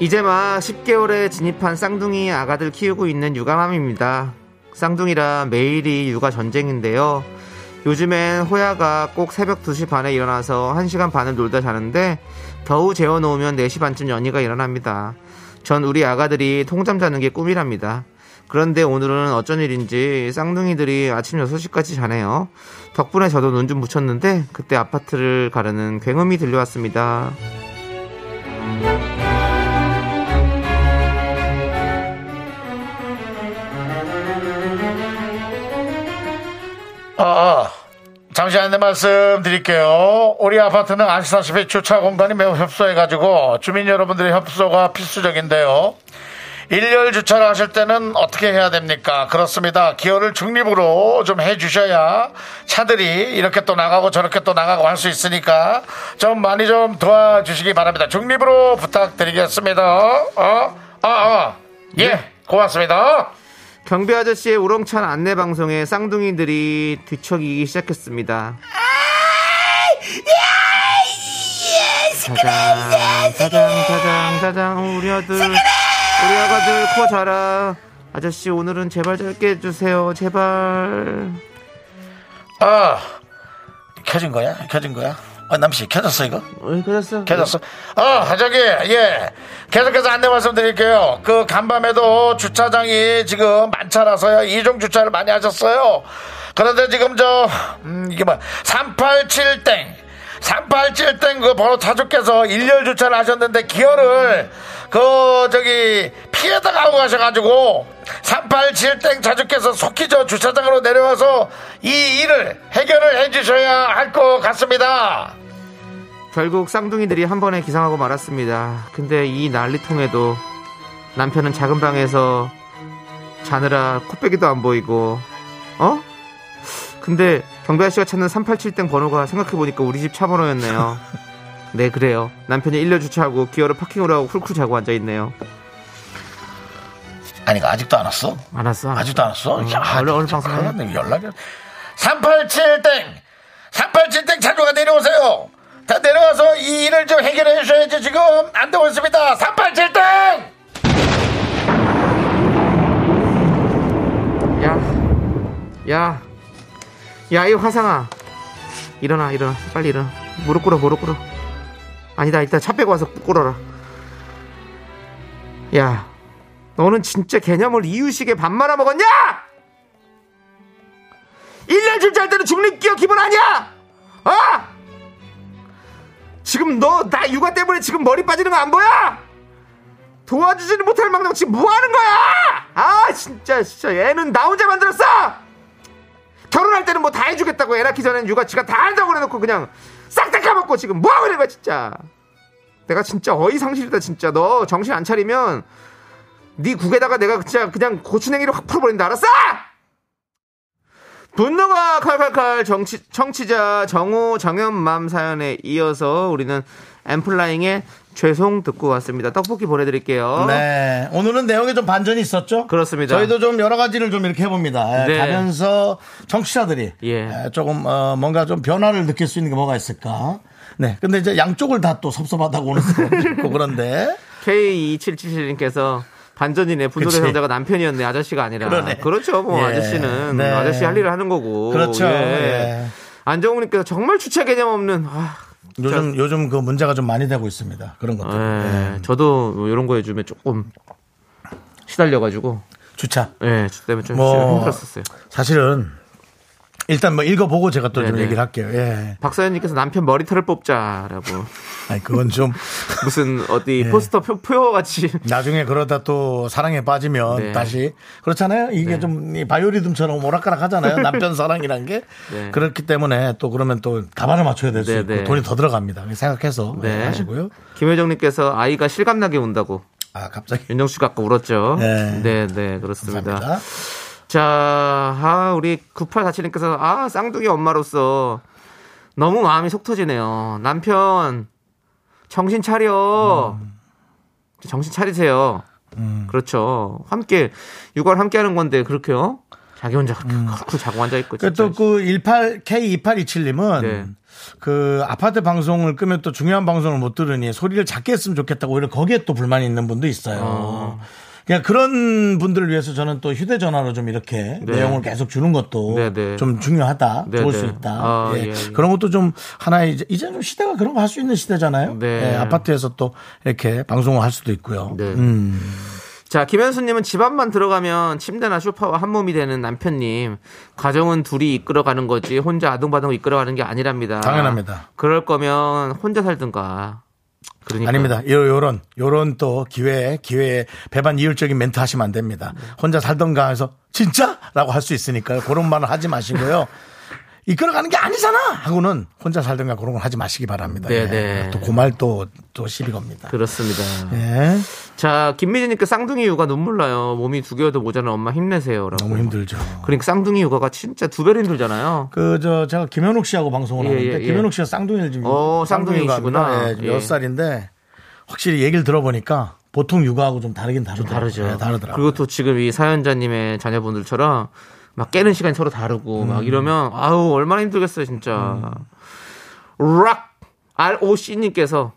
이제 막 10개월에 진입한 쌍둥이 아가들 키우고 있는 육아맘입니다. 쌍둥이라 매일이 육아 전쟁인데요. 요즘엔 호야가 꼭 새벽 2시 반에 일어나서 1시간 반을 놀다 자는데 겨우 재워놓으면 4시 반쯤 연희가 일어납니다. 전 우리 아가들이 통잠 자는 게 꿈이랍니다. 그런데 오늘은 어쩐 일인지 쌍둥이들이 아침 6시까지 자네요. 덕분에 저도 눈 좀 붙였는데 그때 아파트를 가르는 굉음이 들려왔습니다.
아, 잠시 안내 말씀드릴게요. 우리 아파트는 아시다시피 주차 공간이 매우 협소해가지고 주민 여러분들의 협소가 필수적인데요. 일렬 주차를 하실 때는 어떻게 해야 됩니까? 그렇습니다. 기어를 중립으로 좀 해주셔야 차들이 이렇게 또 나가고 저렇게 또 나가고 할 수 있으니까 좀 많이 좀 도와주시기 바랍니다. 중립으로 부탁드리겠습니다. 어, 아, 아, 예, 고맙습니다.
경비 아저씨의 우렁찬 안내 방송에 쌍둥이들이 뒤척이기 시작했습니다. 사장, 사장, 사장, 사장, 우리 아들, 우리 아가들 코 자라. 아저씨 오늘은 제발 짧게 해주세요, 제발.
아 켜진 거야? 켜진 거야? 아, 남씨 켜졌어 이거?
어, 그랬어.
켜졌어. 아 저기 예 계속해서 안내 말씀드릴게요. 그 간밤에도 주차장이 지금 만차라서요 이종 주차를 많이 하셨어요. 그런데 지금 저 음, 이게 뭐 387땡 387땡 그 번호 차주께서 일렬 주차를 하셨는데 기어를 그 저기 피해다 가고 가셔가지고 387땡 자주께서 속히 저 주차장으로 내려와서 이 일을 해결을 해주셔야 할 것 같습니다.
결국 쌍둥이들이 한 번에 기상하고 말았습니다. 근데 이 난리통에도 남편은 작은 방에서 자느라 코빼기도 안 보이고, 어? 근데 경배 씨가 찾는 387땡 번호가 생각해보니까 우리 집 차 번호였네요. 네, 그래요. 남편이 일렬 주차하고 기어를 파킹으로 하고 쿨쿨 자고 앉아있네요.
아니 그 아직도 안 왔어?
안 왔어. 안
아직도 안 왔어?
응,
야,
얼른, 얼른
진짜
음, 방송해.
큰일 났네, 연락이 387땡 387땡 자주가 내려오세요 다 내려와서 이 일을 좀 해결해 주셔야지 지금 안 되고 있습니다 387땡
야, 야, 야, 이 화상아. 일어나, 일어나. 빨리 일어나. 무릎 꿇어, 무릎 꿇어. 아니다, 이따 차 빼고 와서 꿇어라. 야, 너는 진짜 개념을 이유식에 밥 말아 먹었냐? 일년 줄잘 때는 중립기어 기본 아니야! 어? 지금 너 나 육아 때문에 지금 머리 빠지는 거 안 보여? 도와주지는 못할 망정 지금 뭐 하는 거야? 아 진짜 진짜 애는 나 혼자 만들었어. 결혼할 때는 뭐 다 해주겠다고 애 낳기 전에는 육아 지가 다 한다고 그래놓고 그냥 싹 다 까먹고 지금 뭐 하고 있는 거야 진짜. 내가 진짜 어이상실이다 진짜 너 정신 안 차리면 네 국에다가 내가 진짜 그냥 고추냉이를 확 풀어버린다 알았어? 분노가 칼칼칼 정치, 청취자 정호 정현맘 사연에 이어서 우리는 엠플라잉의 죄송 듣고 왔습니다. 떡볶이 보내드릴게요.
네. 오늘은 내용에 좀 반전이 있었죠?
어? 그렇습니다.
저희도 좀 여러 가지를 좀 이렇게 해봅니다. 예,
네.
가면서 청취자들이
예.
예, 조금 어, 뭔가 좀 변화를 느낄 수 있는 게 뭐가 있을까? 네. 근데 이제 양쪽을 다 또 섭섭하다고 오는 사람도 있고 그런데
K2777님께서 반전이네. 분노의
그치.
상자가 남편이었네. 아저씨가 아니라.
그러네.
렇죠뭐
예.
아저씨는
네.
아저씨 할 일을 하는 거고.
그렇죠.
예.
예.
안정우님께서 정말 주체 개념 없는. 아,
요즘 요즘 그 문제가 좀 많이 되고 있습니다. 그런 것들. 네.
예. 저도 뭐 이런 거 요즘에 조금 시달려가지고.
주차.
예, 저 때문에 좀
뭐.
힘들었었어요.
사실은 일단 뭐 읽어보고 제가 또 좀
네네.
얘기를 할게요. 예.
박사연님께서 남편 머리털을 뽑자라고
아니 그건 좀
무슨 어디
예.
포스터 표, 표어 같이
나중에 그러다 또 사랑에 빠지면
네.
다시 그렇잖아요. 이게
네.
좀이 바이오리듬처럼 오락가락 하잖아요. 남편 사랑이란 게
네.
그렇기 때문에 또 그러면 또 가발을 맞춰야 될 수
네,
있고
네.
돈이 더 들어갑니다. 생각해서
네.
하시고요.
김혜정님께서 아이가 실감나게 운다고
아 갑자기
윤정씨가 아까 울었죠.
네.
네, 네, 그렇습니다.
감사합니다.
자, 아, 우리 9847님께서 아, 쌍둥이 엄마로서 너무 마음이 속 터지네요. 남편 정신 차려.
음.
정신 차리세요. 그렇죠. 함께 육아를 함께 하는 건데 그렇게요? 자기 혼자 그렇게 쿨쿨 자고 앉아 있고 진짜.
음. 그러니까 또그 18, K2827님은
네.
그 아파트 방송을 끄면 또 중요한 방송을 못 들으니 소리를 작게 했으면 좋겠다고 오히려 거기에 또 불만이 있는 분도 있어요.
아.
그냥 그런 분들을 위해서 저는 또 휴대전화로 좀 이렇게
네.
내용을 계속 주는 것도
네, 네.
좀 중요하다,
네,
좋을
네.
수 있다.
아,
예.
예, 예.
그런 것도 좀 하나의 이제 이제 좀 시대가 그런 거 할 수 있는 시대잖아요.
네.
예, 아파트에서 또 이렇게 방송을 할 수도 있고요.
네.
음.
자, 김현수님은 집안만 들어가면 침대나 소파와 한 몸이 되는 남편님. 가정은 둘이 이끌어가는 거지 혼자 아둥바둥 이끌어가는 게 아니랍니다.
당연합니다.
그럴 거면 혼자 살든가. 그러니까.
아닙니다. 요- 요런 요런 또 기회에 기회에 배반 이율적인 멘트 하시면 안 됩니다. 혼자 살던가 해서 진짜라고 할 수 있으니까요. 그런 말은 하지 마시고요. 이끌어가는 게 아니잖아 하고는 혼자 살던가 그런 건 하지 마시기 바랍니다.
네네.
또 그 말 또 또 시비 겁니다.
그렇습니다.
예.
자, 김미진님께 쌍둥이 육아 눈물 나요. 몸이 두 개여도 모자란 엄마 힘내세요라고.
너무 힘들죠.
그러니까 쌍둥이 육아가 진짜 두 배로 힘들잖아요.
그 저 제가 김현욱 씨하고 방송을
예,
하는데
예, 예.
김현욱 씨가 쌍둥이를 지금
어,
쌍둥이가
쌍둥이시구나.
합니다. 예, 지금
예.
몇 살인데 확실히 얘기를 들어보니까 보통 육아하고 좀 다르긴 다르더라고요.
다르죠.
예, 다르더라고요.
그리고 또 지금 이 사연자님의 자녀분들처럼 막 깨는 시간이 서로 다르고
음.
막 이러면 아우 얼마나 힘들겠어요 진짜.
음.
락 ROC님께서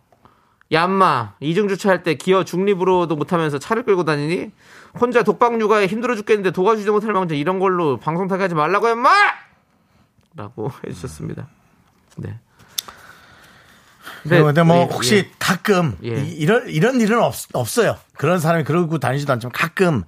얌마 이중 주차할 때 기어 중립으로도 못하면서 차를 끌고 다니니 혼자 독방 육아에 힘들어 죽겠는데 도와주지도 못할 망정 이런 걸로 방송 타게 하지 말라고 엠마! 라고 해주셨습니다. 네.
네, 근데 뭐
네,
혹시
예.
가끔
예.
이- 이런 이런 일은 없, 없어요. 그런 사람이 그러고 다니지도 않지만 가끔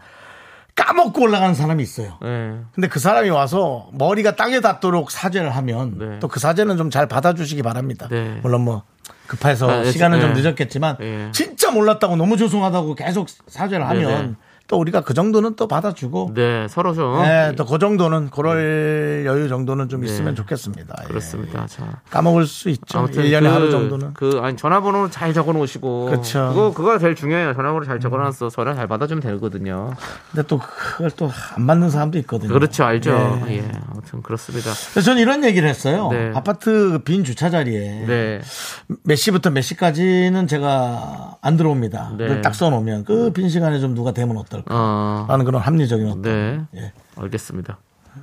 까먹고 올라가는 사람이 있어요.
예.
근데 그 사람이 와서 머리가 땅에 닿도록 사죄를 하면
네.
또 그 사죄는 좀 잘 받아주시기 바랍니다.
네.
물론 뭐 급해서
아, 예,
시간은 좀
예.
늦었겠지만
예.
진짜 몰랐다고 너무 죄송하다고 계속 사죄를 하면
네.
또 우리가 그 정도는 또 받아주고
네, 서로 좀
또 그 정도는 그럴 여유 정도는 좀 있으면 좋겠습니다. 예.
그렇습니다. 자,
까먹을 수 있죠.
아무튼
1년에
그,
하루 정도는.
그 아니 전화번호를 잘 적어놓으시고
그렇죠.
그거 그거 제일 중요해요. 전화번호 잘 적어놨어. 전화 잘 받아주면 되거든요.
근데 또 그걸 또 안 맞는 사람도 있거든요.
그렇죠, 알죠.
네.
예, 아무튼 그렇습니다.
그래서 저는 이런 얘기를 했어요.
네.
아파트 빈 주차 자리에
네,
몇 시부터 몇 시까지는 제가 안 들어옵니다.
네.
그걸 딱 써놓으면 그 빈 시간에 좀 누가 되면 어떨까
어,
하는 그런 합리적인 어떤
네,
아, 예.
알겠습니다.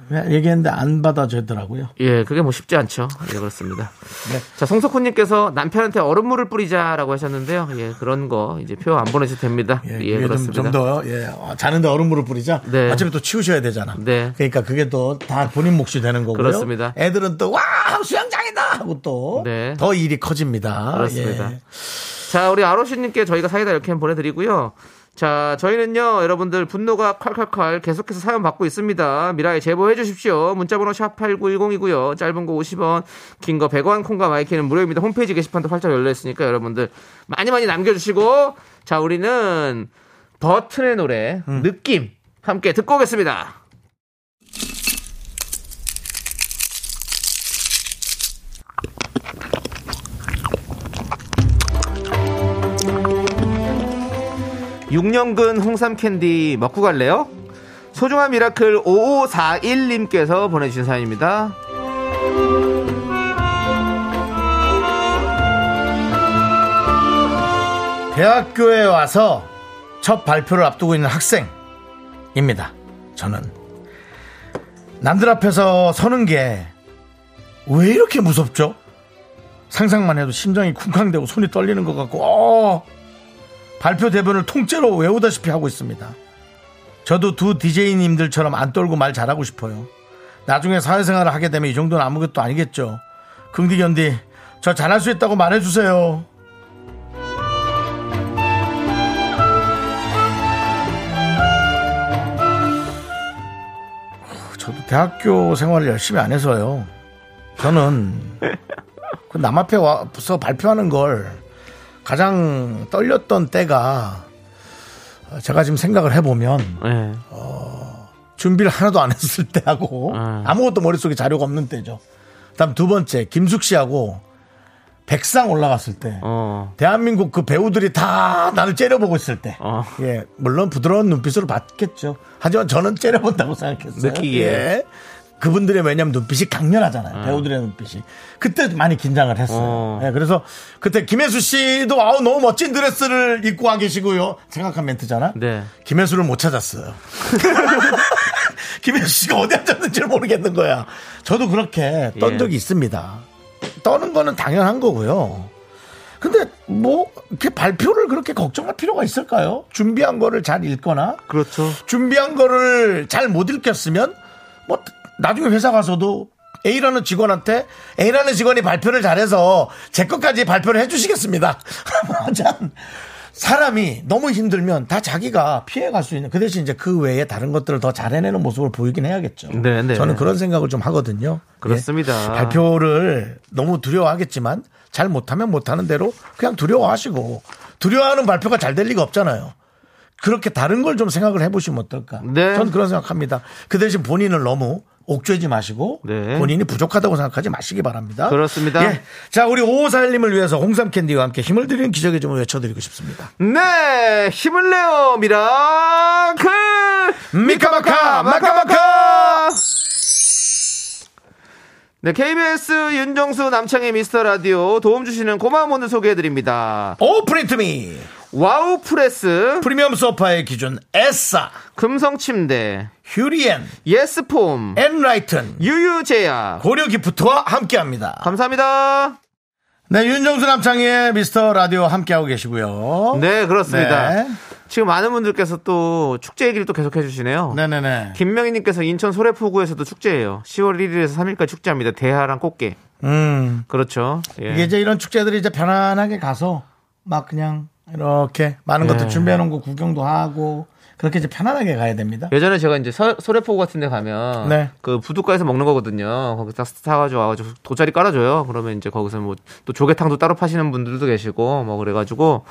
네.
얘기했는데 안 받아주더라고요.
예, 그게 뭐 쉽지 않죠. 예, 그렇습니다.
네.
자, 송석훈님께서 남편한테 얼음물을 뿌리자라고 하셨는데요. 예, 그런 거 이제 표 안 보내셔도 됩니다.
예,
예,
그게 좀,
그렇습니다.
좀 더, 예, 어, 자는데 얼음물을 뿌리자.
네.
어차피 또 치우셔야 되잖아.
네.
그러니까 그게 또 다 본인 몫이 되는 거고요.
그렇습니다.
애들은 또, 와, 수영장이다! 하고 또,
네.
더 일이 커집니다.
그렇습니다.
예.
아, 자, 우리 아로시님께 저희가 사이다 이렇게 보내드리고요. 자, 저희는요, 여러분들 분노가 칼칼칼 계속해서 사연 받고 있습니다. 미라에 제보해 주십시오. 문자번호 샵8910이고요. 짧은 거 50원, 긴 거 100원, 콩과 마이키는 무료입니다. 홈페이지 게시판도 활짝 열려있으니까 여러분들 많이 많이 남겨주시고, 자, 우리는 버튼의 노래, 느낌, 함께 듣고 오겠습니다. 육년근 홍삼 캔디 먹고 갈래요? 소중한 미라클 5541님께서 보내주신 사연입니다.
대학교에 와서 첫 발표를 앞두고 있는 학생입니다. 저는 남들 앞에서 서는 게 왜 이렇게 무섭죠? 상상만 해도 심장이 쿵쾅대고 손이 떨리는 것 같고, 어, 발표 대본을 통째로 외우다시피 하고 있습니다. 저도 두 DJ님들처럼 안 떨고 말 잘하고 싶어요. 나중에 사회생활을 하게 되면 이 정도는 아무것도 아니겠죠. 긍디견디, 저 잘할 수 있다고 말해주세요. 저도 대학교 생활을 열심히 안 해서요. 저는 그 남 앞에 와서 발표하는 걸 가장 떨렸던 때가 제가 지금 생각을 해보면
네.
준비를 하나도 안 했을 때하고
음.
아무것도 머릿속에 자료가 없는 때죠. 다음 두 번째 김숙 씨하고 백상 올라갔을 때
어.
대한민국 그 배우들이 다 나를 째려보고 있을 때.
어.
예, 물론 부드러운 눈빛으로 봤겠죠. 하지만 저는 째려본다고 생각했어요.
느끼기에. 음.
예. 그분들의 왜냐면 눈빛이 강렬하잖아요. 배우들의 눈빛이. 그때 많이 긴장을 했어요.
어.
예, 그래서 그때 김혜수 씨도 아우 너무 멋진 드레스를 입고 와 계시고요. 생각한 멘트잖아.
네.
김혜수를 못 찾았어요. 김혜수 씨가 어디 앉았는지 를 모르겠는 거야. 저도 그렇게 떤
예.
적이 있습니다. 떠는 거는 당연한 거고요. 근데 뭐 이렇게 발표를 그렇게 걱정할 필요가 있을까요? 준비한 거를 잘 읽거나
그렇죠.
준비한 거를 잘 못 읽겠으면 뭐 나중에 회사 가서도 A라는 직원한테 A라는 직원이 발표를 잘해서 제 것까지 발표를 해주시겠습니다. 하지만 사람이 너무 힘들면 다 자기가 피해갈 수 있는 그 대신 이제 그 외에 다른 것들을 더 잘해내는 모습을 보이긴 해야겠죠.
네, 네.
저는 그런 생각을 좀 하거든요.
그렇습니다.
예. 발표를 너무 두려워하겠지만 잘 못하면 못하는 대로 그냥 두려워하시고 두려워하는 발표가 잘 될 리가 없잖아요. 그렇게 다른 걸 좀 생각을 해보시면 어떨까?
네.
저는 그런 생각합니다. 그 대신 본인을 너무 옥죄지 마시고
네.
본인이 부족하다고 생각하지 마시기 바랍니다.
그렇습니다.
예. 자, 우리 5541님을 위해서 홍삼 캔디와 함께 힘을 드리는 기적의 주문 외쳐드리고 싶습니다.
네, 힘을 그, 내요, 미라클!
미카마카, 마카마카!
네, KBS 윤정수 남창의 미스터 라디오 도움 주시는 고마운 분들 소개해드립니다.
오 프린트미
와우 프레스,
프리미엄 소파의 기준 에싸
금성 침대,
휴리엔
예스폼,
엔라이튼
유유제야.
고려 기프트와 함께합니다.
감사합니다.
네, 윤정수 남창희의 미스터 라디오 함께하고 계시고요.
네, 그렇습니다.
네.
지금 많은 분들께서 또 축제 얘기를 또 계속해 주시네요.
네네네.
김명희님께서 인천 소래포구에서도 축제예요. 10월 1일에서 3일까지 축제합니다. 대하랑 꽃게.
음.
그렇죠. 예.
이게 이제 이런 축제들이 이제 편안하게 가서 막 그냥 이렇게 많은
예.
것들 준비해 놓은 거 구경도 하고 그렇게 이제 편안하게 가야 됩니다. 그
예전에 제가 이제 서- 소래포구 같은 데 가면
네.
그 부두가에서 먹는 거거든요. 거기 딱 사가지고 와가지고 돗자리 깔아줘요. 그러면 이제 거기서 뭐 또 조개탕도 따로 파시는 분들도 계시고 뭐 그래가지고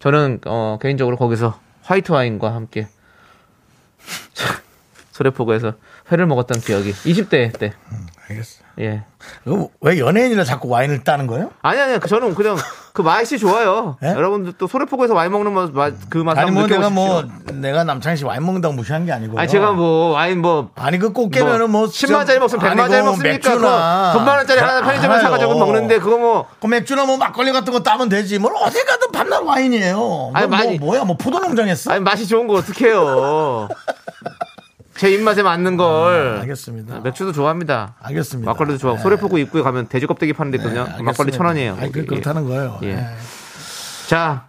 저는 어 개인적으로 거기서 화이트 와인과 함께 소래포구에서 회를 먹었던 기억이 20대 때.
음, 알겠어.
예.
이거 왜 연예인이라 자꾸 와인을 따는 거예요?
아니 아니 저는 그냥 그 맛이 좋아요.
예?
여러분들 또 소래포구에서 와인 먹는 맛, 맛, 그 맛을
아니
한번
뭐 내가
느껴보십시오.
뭐 내가 남창희 씨 와인 먹는다고 무시한 게 아니고요.
아니 제가 뭐 와인 뭐
아니 그 꽃게면은 뭐,
10만원짜리 먹으면 100만원짜리 먹습니까?
맥주나
그거 돈만원짜리 하나 편의점에
알아요.
사가지고 먹는데 그거 뭐
그 맥주나 뭐 막걸리 같은 거 따면 되지. 뭘 어디 가든 밤낮 와인이에요.
아니,
뭐,
많이-
뭐 뭐야? 뭐 포도 농장 했어?
아니 맛이 좋은 거 어떡해요 제 입맛에 맞는 걸
아,
아,
알겠습니다.
맥주도 좋아합니다
알겠습니다. 네. 예,
막걸리도 좋아하고 소래포구 입구에 가면 돼지 껍데기 파는 데 있거든요
알겠습니다.
막걸리 천 원이에요
아니, 그- 그렇다는 거예요.
예.
예.
자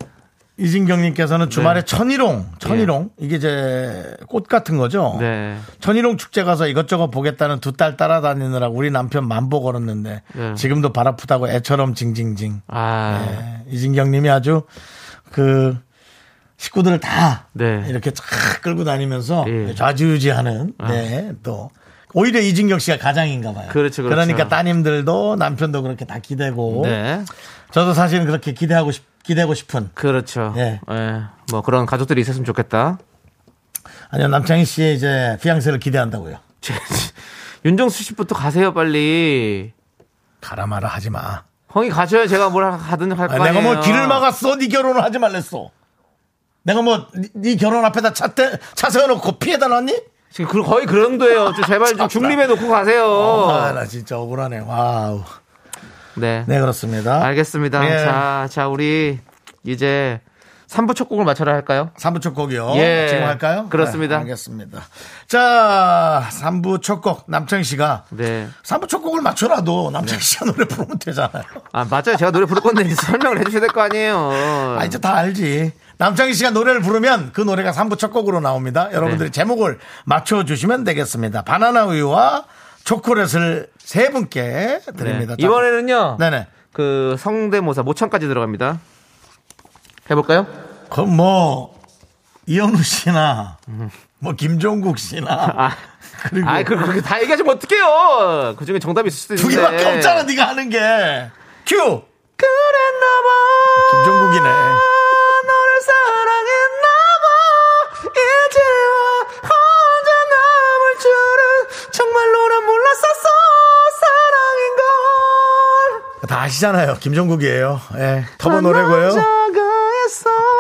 이진경님께서는
네.
주말에 천일홍, 천일홍 이게 이제 꽃 같은 거죠.
예. 네.
천일홍 축제 가서 이것저것 보겠다는 두 딸 따라다니느라 우리 남편 만보 걸었는데
네.
지금도 발 아프다고 애처럼 징징징.
아,
예, 이진경님이 아주 그 식구들을 다
네.
이렇게 쫙 끌고 다니면서
예. 아.
좌지우지하는 네, 또 오히려 이진경 씨가 가장인가 봐요.
그렇죠, 그렇죠.
러니까 따님들도 남편도 그렇게 다 기대고
네.
저도 사실은 그렇게 기대하고 싶, 기대고 싶은
그렇죠.
예.
예. 뭐 그런 가족들이 있었으면 좋겠다.
아니요 남창희 씨의 이제 피앙세를 기대한다고요.
제- 윤정수 씨부터 가세요, 빨리.
가라 마라 하지 마.
형이 가셔야 제가 뭘 가든 할
아,
거 아니에요.
내가 뭐 길을 막았어? 네 결혼을 하지 말랬어. 내가 뭐 네 결혼 앞에다 차, 떼- 차 세워놓고 피해다 놨니?
지금 그- 거의 그 정도예요. 좀 제발 좀 중립해 놓고 가세요.
아, 나 진짜 억울하네. 와우.
네.
네, 그렇습니다.
알겠습니다.
예.
자, 자, 우리 이제 3부 첫 곡을 맞춰라 할까요?
3부 첫 곡이요.
예.
지금 할까요?
그렇습니다.
네, 알겠습니다. 자, 3부 첫 곡, 남창희 씨가.
네.
3부 첫 곡을 맞춰라도 남창희 씨가 노래 부르면 되잖아요.
아, 맞아요. 제가 노래 부를 건데 이제 설명을 해주셔야 될 거 아니에요.
아, 이제 다 알지. 남창희 씨가 노래를 부르면 그 노래가 3부 첫 곡으로 나옵니다. 여러분들이
네.
제목을 맞춰주시면 되겠습니다. 바나나 우유와 초콜릿을 세 분께 드립니다.
네. 이번에는요.
네네.
그 성대모사 모창까지 들어갑니다. 해볼까요?
그럼 뭐, 이현우 씨나, 뭐, 김종국 씨나,
아,
네.
아, 그, 그, 다 얘기하시면 어떡해요! 그 중에 정답이 있을 수도
두
있는데.
개밖에 없잖아, 네가 하는 게. 큐!
그랬나봐.
김종국이네.
너를 사랑했나봐. 이제와 혼자 남을 줄은 정말로 난 몰랐었어. 사랑인걸.
다 아시잖아요. 김종국이에요. 예. 터보 노래고요.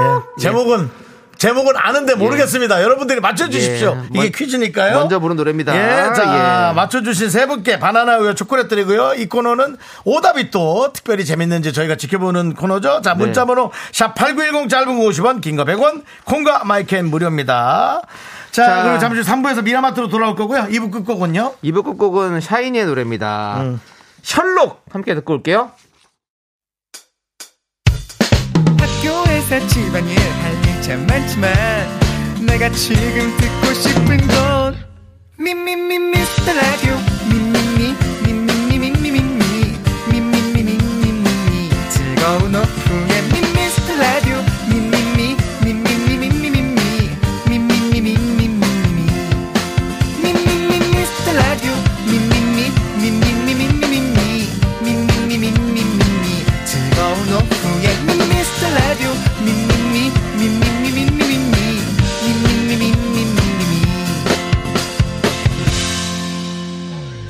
예. 제목은 제목은 아는데 모르겠습니다. 여러분들이 맞춰주십시오.
예. 먼-
이게 퀴즈니까요.
먼저 부른 노래입니다.
예, 자
예.
맞춰주신 세 분께 바나나 우유 초콜릿 드리고요. 이 코너는 오답이 또 특별히 재밌는지 저희가 지켜보는 코너죠.
네.
자 문자번호 샵 #8910 짧은 50원, 긴 거 100원, 콩과 마이캔 무료입니다. 자,
자.
그리고 잠시 후 3부에서 미라마트로 돌아올 거고요. 2부 끝곡은요.
이부 끝곡은 샤이니의 노래입니다.
음.
셜록 함께 듣고 올게요.
학교에서 집안일 할 일 참 많지만 내가 지금 듣고 싶은 건 미미미 미스터 라디오 미미미 미미미 미미미 미미미 미미미 미미미 즐거운 오후에 미스터 라디오 미미미 미미미 미미미 미미미 미미미 미미미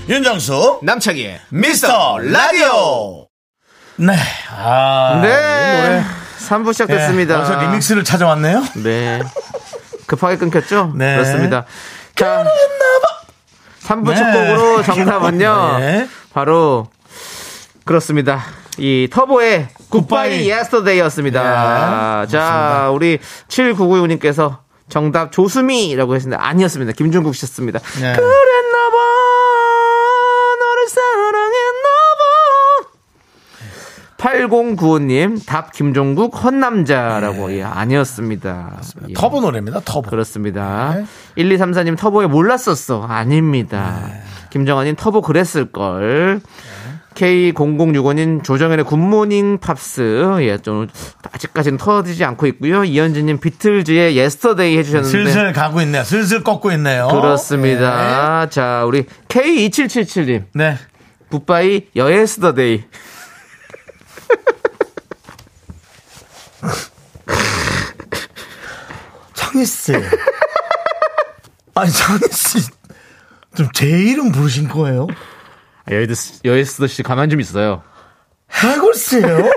윤정수
남창희의
미스터 라디오. 네. 아. 네.
네. 3부 시작됐습니다.
벌써 리믹스를 찾아왔네요.
네. 급하게 끊겼죠?
네.
그렇습니다. 자, 3부 첫
네.
곡으로 정답은요.
네.
바로 그렇습니다. 이 터보의 굿바이
굿바이.
예스터데이였습니다.
예,
자, 우리 7996님께서 정답 조수미라고 했는데 아니었습니다. 김준국 씨였습니다.
네.
그랬나 봐. 너를 사랑했나 봐. 8095님, 답 김종국 헛남자라고,
네.
예, 아니었습니다. 예.
터보 노래입니다. 터보.
그렇습니다. 1234님 터보에 몰랐었어. 아닙니다. 김정아님 터보 그랬을걸. K0065님 조정현의 굿모닝 팝스. 예, 좀, 아직까지는 터지지 않고 있고요. 이현진님 비틀즈의 예스터데이 해주셨는데.
슬슬 가고 있네요. 슬슬 꺾고 있네요.
어? 그렇습니다. 자, 우리 K2777님.
네. 네.
굿바이 여예스터데이.
창희 씨. 아니 창희 씨. 좀 제 이름 부르신 거예요?
아, 여예스, 여예스터 씨 가만 좀 있어요.
해골 씨예요?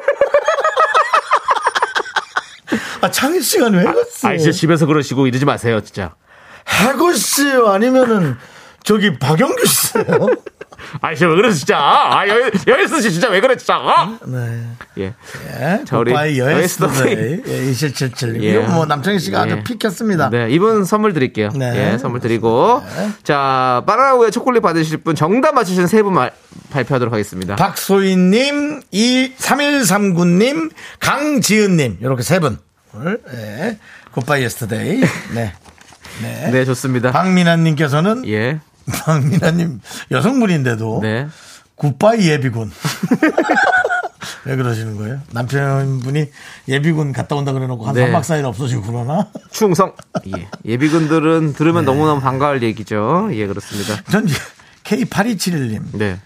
아 창희 씨가 해골 씨.
아, 이제 집에서 그러시고 이러지 마세요, 진짜.
해골 씨요 아니면은 저기 박영규 씨예요?
아, 진짜 왜 그래, 진짜. 아, 여, 여예스 씨 진짜 왜 그래, 진짜. 아!
네.
예.
예,
자, 우리
오빠의
여예스더데이.
여예스더데이 예, 2777.
예.
이거 뭐 남창희 씨가
예.
아주 픽했습니다.
네, 이분 선물 드릴게요.
네.
예, 선물 드리고. 자, 바나나우에 초콜릿 받으실 분, 정답 맞추신 세 분 발표하도록 하겠습니다.
박소희님, 이 3139님, 강지은님 이렇게 세 분. 예. 굿바이 예스터데이. 네.
네, 좋습니다.
박민아님께서는
예.
박민아님 여성분인데도
네.
굿바이 예비군. 왜 그러시는 거예요? 남편분이 예비군 갔다 온다 그래놓고 한
네.
3박 4일 없어지고 그러나?
충성. 예. 예비군들은 들으면
네.
너무너무 반가울 얘기죠. 예, 그렇습니다.
전 K8271님.
네.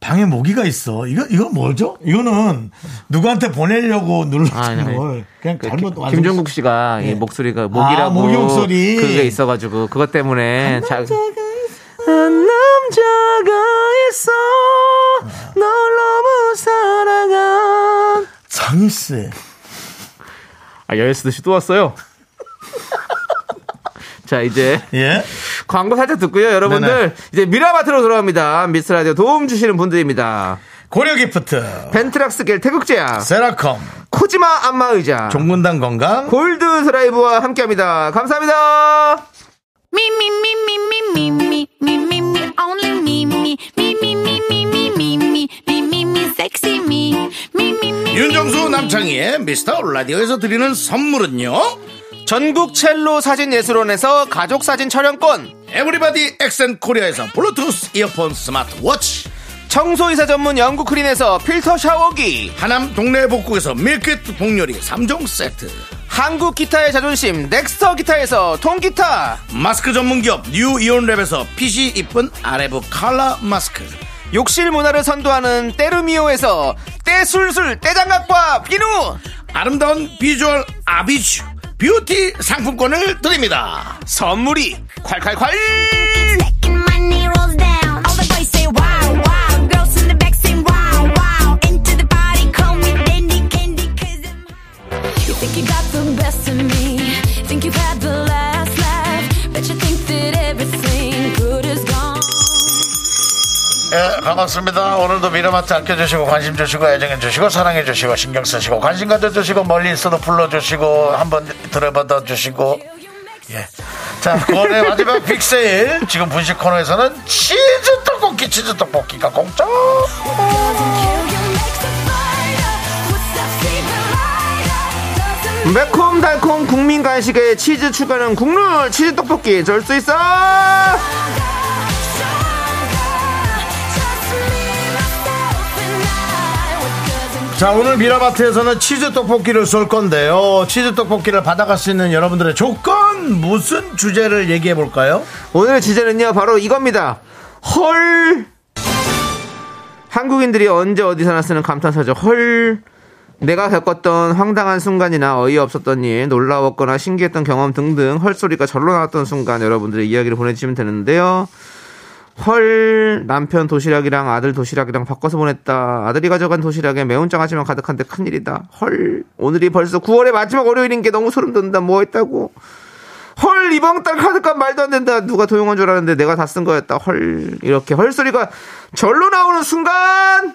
방에 모기가 있어. 이거 이거 뭐죠? 이거는 누구한테 보내려고 눌렀던
아니, 아니.
걸 그냥
그
잘못
김-
완성-
김종국 씨가 이
예.
목소리가
아,
목이라고
모기 목소리.
그게 있어가지고 그것 때문에 자, 한 남자가 있어 널 너무 사랑한
장희 씨.
아 여예스 씨또 왔어요. 자 이제
예.
광고 살짝 듣고요 여러분들
네네.
이제 미라마트로 돌아옵니다 미스라디오 도움 주시는 분들입니다
고려 기프트.
벤트락스겔 태극제약
세라컴.
코지마 푸지마 안마의자
종근당 건강
골드 드라이브와 함께합니다. 감사합니다.
Me, me, me, me, me, me, me, me, me, me, only me, me, me, me, me, me, me, me, me, me, me, me, sexy me, me, me, me.
윤정수 남창희의 미스터 라디오에서 드리는 선물은요
전국 첼로 사진 예술원에서 가족 사진 촬영권,
에브리바디 엑센 코리아에서 블루투스 이어폰 스마트워치
청소 이사 전문 영국 크린에서 필터 샤워기,
하남 동네 복국에서 밀키트 복요리 3종 세트
한국 기타의 자존심 넥스터 기타에서 통기타,
마스크 전문기업 뉴 이온랩에서 핏이 이쁜 아레브 칼라 마스크
욕실 문화를 선도하는 때르미오에서 때술술 때장갑과 비누,
아름다운 비주얼 아비쥬 뷰티 상품권을 드립니다
선물이 콸콸콸!
Second money rolls down. All the boys say wow, wow. Girls in the back say wow, wow. Into the party, call me dandy candy, cause I'm high. You think you got the best of me. Think you've had the last laugh. Bet you think that everything good is gone.
예 반갑습니다 오늘도 미라마트 아껴주시고 관심 주시고 애정해 주시고 사랑해 주시고 신경 쓰시고 관심 가져 주시고 멀리 있어도 불러주시고 한번 들어받아 주시고 예. 자, 9월의 마지막 빅세일. 지금 분식 코너에서는 치즈 떡볶이, 치즈 떡볶이가 공짜.
매콤달콤 국민 간식에 치즈 추가는 국룰 치즈 떡볶이 절 수 있어
자, 오늘 미라마트에서는 치즈 떡볶이를 쏠 건데요. 치즈 떡볶이를 받아갈 수 있는 여러분들의 조건, 무슨 주제를 얘기해 볼까요?
오늘의 주제는요 바로 이겁니다 헐 한국인들이 언제 어디서나 쓰는 감탄사죠 헐 내가 겪었던 황당한 순간이나 어이없었던 일 놀라웠거나 신기했던 경험 등등 헐소리가 절로 나왔던 순간 여러분들의 이야기를 보내주시면 되는데요 헐 남편 도시락이랑 아들 도시락이랑 바꿔서 보냈다 아들이 가져간 도시락에 매운 장아찌만 가득한데 큰일이다 헐 오늘이 벌써 9월의 마지막 월요일인 게 너무 소름 돋는다 뭐 했다고 헐 이번 달 카드값 말도 안 된다 누가 도용한 줄 알았는데 내가 다 쓴 거였다 헐 이렇게 헐소리가 절로 나오는 순간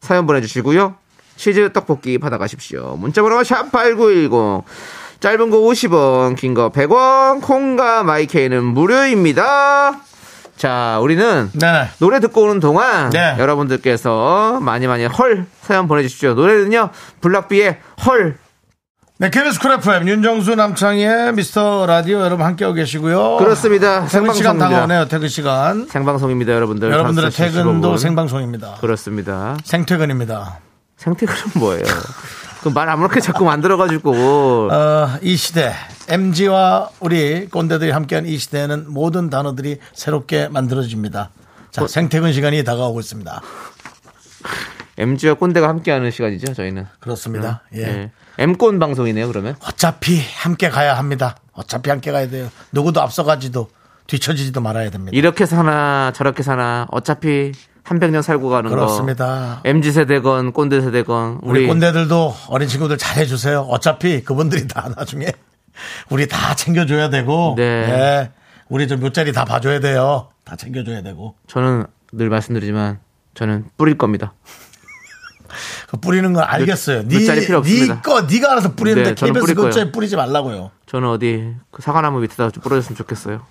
사연 보내주시고요 치즈 떡볶이 받아가십시오 문자번호 샵8910 짧은 거 50원 긴 거 100원 콩과 마이케이는 무료입니다 자 우리는
네.
노래 듣고 오는 동안
네.
여러분들께서 많이 많이 헐 사연 보내주십시오 노래는요 블락비의 헐
네, KBS 쿨 FM, 윤정수 남창희의 미스터 라디오 여러분 함께하고 계시고요.
그렇습니다
퇴근 시간
생방송입니다
다가오네요, 퇴근 시간.
생방송입니다, 여러분들.
여러분들의
5시 15분.
퇴근도 생방송입니다.
그렇습니다.
생퇴근입니다.
생태그는 뭐예요? 그 말 아무렇게 자꾸 만들어가지고
어, 이 시대, MG와 우리 꼰대들이 함께한 이 시대에는 모든 단어들이 새롭게 만들어집니다. 자, 생퇴근 시간이 다가오고 있습니다.
MG와 꼰대가 함께하는 시간이죠, 저희는.
그렇습니다. 예.
예. M꼰 방송이네요, 그러면.
어차피 함께 가야 합니다. 어차피 함께 가야 돼요. 누구도 앞서가지도 뒤처지지도 말아야 됩니다.
이렇게 사나 저렇게 사나 어차피 300년 살고 가는
그렇습니다.
거. MG 세대건 꼰대 세대건
우리
우리
꼰대들도 어린 친구들 잘해주세요. 어차피 그분들이 다 나중에 우리 다 챙겨줘야 되고,
네.
예. 우리 좀 묘짜리 다 봐줘야 돼요. 다 챙겨줘야 되고.
저는 늘 말씀드리지만 저는 뿌릴 겁니다.
그 뿌리는 건 알겠어요. 네,
물자리 필요 없습니다.
네 거, 네가 알아서 뿌리는데
네, 저는
KBS
뿌릴 거예요.
근처에 뿌리지 말라고요.
저는 어디 그 사과나무 밑에다 좀 뿌려줬으면 좋겠어요.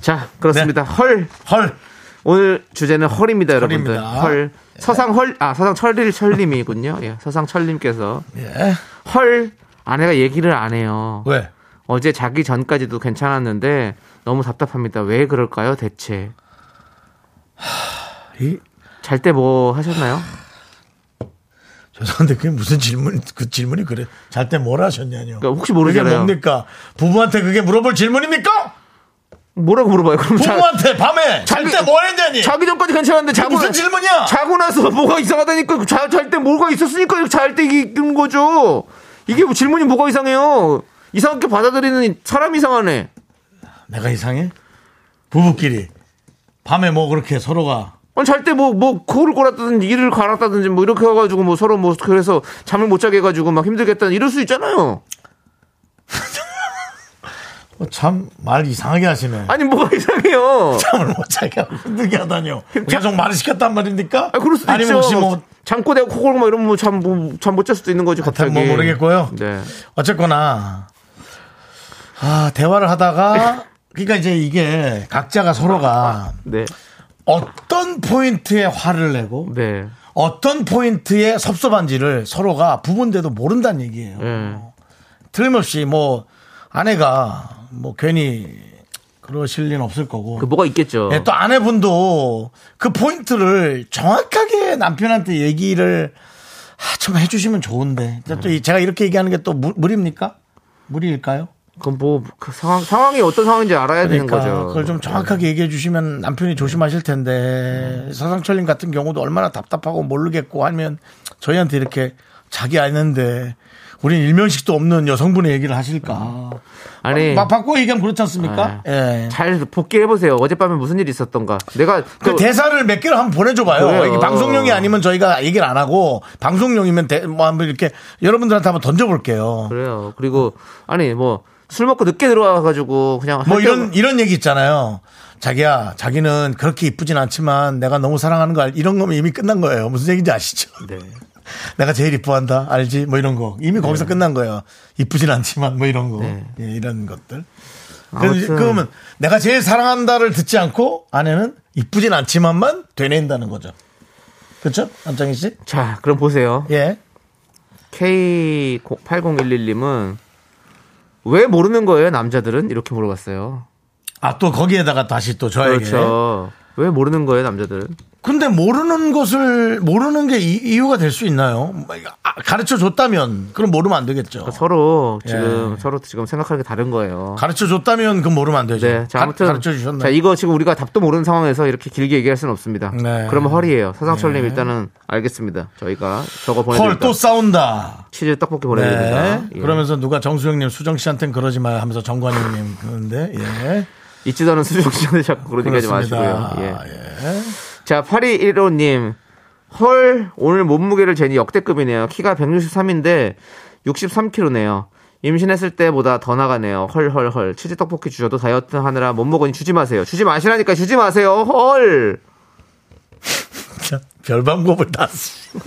자, 그렇습니다.
네.
헐
헐.
오늘 주제는 헐입니다, 여러분들.
헐입니다. 예.
헐. 서상 헐, 아, 서상 철릴 철님이군요. 예, 서상 철님께서.
예.
헐, 아내가 얘기를 안 해요.
왜?
어제 자기 전까지도 괜찮았는데 너무 답답합니다. 왜 그럴까요, 대체?
이,
잘 때 뭐 하셨나요?
죄송한데 그게 무슨 질문? 그 질문이 그래. 잘 때 뭘 하셨냐뇨.
그러니까 혹시
그게
모르잖아요.
뭡니까? 부부한테 그게 물어볼 질문입니까?
뭐라고 물어봐요, 그럼 자-
부부한테 밤에 잘
자기-
때 뭘 했냐니?
자기 전까지 괜찮았는데 자고
무슨
나-
질문이야?
자고 나서 뭐가 이상하다니까 잘 때 뭐가 있었으니까 잘 때 이긴 거죠. 이게 뭐 질문이 뭐가 이상해요? 이상하게 받아들이는 사람 이상하네.
내가 이상해? 부부끼리 밤에 뭐 그렇게 서로가
잘 때 뭐 뭐 코를 골았다든지 이를 갈았다든지 뭐 이렇게 해가지고 뭐 서로 뭐 그래서 잠을 못 자게 해가지고 막 힘들겠다 이럴 수 있잖아요.
네. 뭐 참 말 이상하게 하시네.
아니 뭐가 이상해요?
잠을 못 자게 하고 힘들게 하다뇨. 계속 말을 시켰단 말입니까?
아 그럴 수도
아니면
있죠.
혹시 뭐
잠꼬대고 코골고 막 이러면 잠못잠못 잘 수도 있는 거지 갑자기.
뭐 모르겠고요.
네.
어쨌거나 아 대화를 하다가 그러니까 이제 이게 각자가 서로가
네.
어떤 포인트에 화를 내고
네.
어떤 포인트에 섭섭한지를 서로가 부분돼도 모른다는 얘기예요.
네.
틀림없이 뭐 아내가 뭐 괜히 그러실 리는 없을 거고
그 뭐가 있겠죠.
예, 또 아내분도 그 포인트를 정확하게 남편한테 얘기를 아, 좀 해주시면 좋은데 근데 또이 제가 이렇게 얘기하는 게 또 무리입니까? 무리일까요?
그건 뭐그 상황 상황이 어떤 상황인지 알아야 되는
그러니까
거죠.
그걸 좀 정확하게 얘기해 주시면 남편이 조심하실 텐데
음.
서상철님 같은 경우도 얼마나 답답하고 모르겠고 하면 저희한테 이렇게 자기 아는데 우린 일면식도 없는 여성분의 얘기를 하실까?
음. 아니 아.
막 바꿔 얘기하면 그렇지 않습니까? 예.
잘 복귀해 보세요. 어젯밤에 무슨 일이 있었던가. 내가
그
또-
대사를 몇 개를 한번 보내줘봐요.
그래요.
이게 방송용이 아니면 저희가 얘기를 안 하고 방송용이면 대- 뭐 한번 이렇게 여러분들한테 한번 던져볼게요.
그래요. 그리고 아니 뭐 술 먹고 늦게 들어와가지고 그냥
뭐
할
이런
때-
이런 얘기 있잖아요. 자기야, 자기는 그렇게 이쁘진 않지만 내가 너무 사랑하는 거 알, 이런 거면 이미 끝난 거예요. 무슨 얘기인지 아시죠?
네.
내가 제일 이뻐한다, 알지? 뭐 이런 거 이미 거기서 끝난 거예요. 이쁘진 않지만 뭐 이런 거
네.
예, 이런 것들. 그래서
아무튼.
이제 그러면 내가 제일 사랑한다를 듣지 않고 아내는 이쁘진 않지만만 되낸다는 거죠. 그렇죠, 안장희 씨?
자 그럼 보세요.
예.
K8011님은 왜 모르는 거예요 남자들은 이렇게 물어봤어요.
아 또 거기에다가 다시 또 저에게
그렇죠. 왜 모르는 거예요 남자들은? 그러니까
근데 모르는 것을 모르는 게 이, 유가 될 수 있나요? 뭐 아, 가르쳐 줬다면 그럼 모르면 안 되겠죠.
그렇죠. 서로 지금 서로 지금 생각하는 게 다른 거예요.
어. 예. 가르쳐 줬다면 그럼 모르면 안 되죠.
네, 자, 아무튼
가르쳐 주셨나요?
자 이거 지금 우리가 답도 모르는 상황에서 이렇게 길게 얘기할 수는 없습니다.
네.
그러면 헐이에요. 서상철님 일단은 알겠습니다. 저희가 저거
헐,
보내드립니다.
또 싸운다.
치즈 떡볶이
네.
보내드립니다. 예.
그러면서 누가 정수영님, 수정씨한테는 그러지 마요 하면서 정관영님 그러는데, 예.
잊지도 않은 수정 씨한테 자꾸 그런 얘기하지 마시고요.
그렇습니다.
예.
예.
자, 8215님. 헐, 오늘 몸무게를 재니 역대급이네요. 키가 163인데 63kg네요. 임신했을 때보다 더 나가네요. 헐, 헐, 헐. 치즈 떡볶이 주셔도 다이어트 하느라 못 먹으니 주지 마세요. 주지 마시라니까 주지 마세요. 헐.
진짜 별 방법을 다 쓰.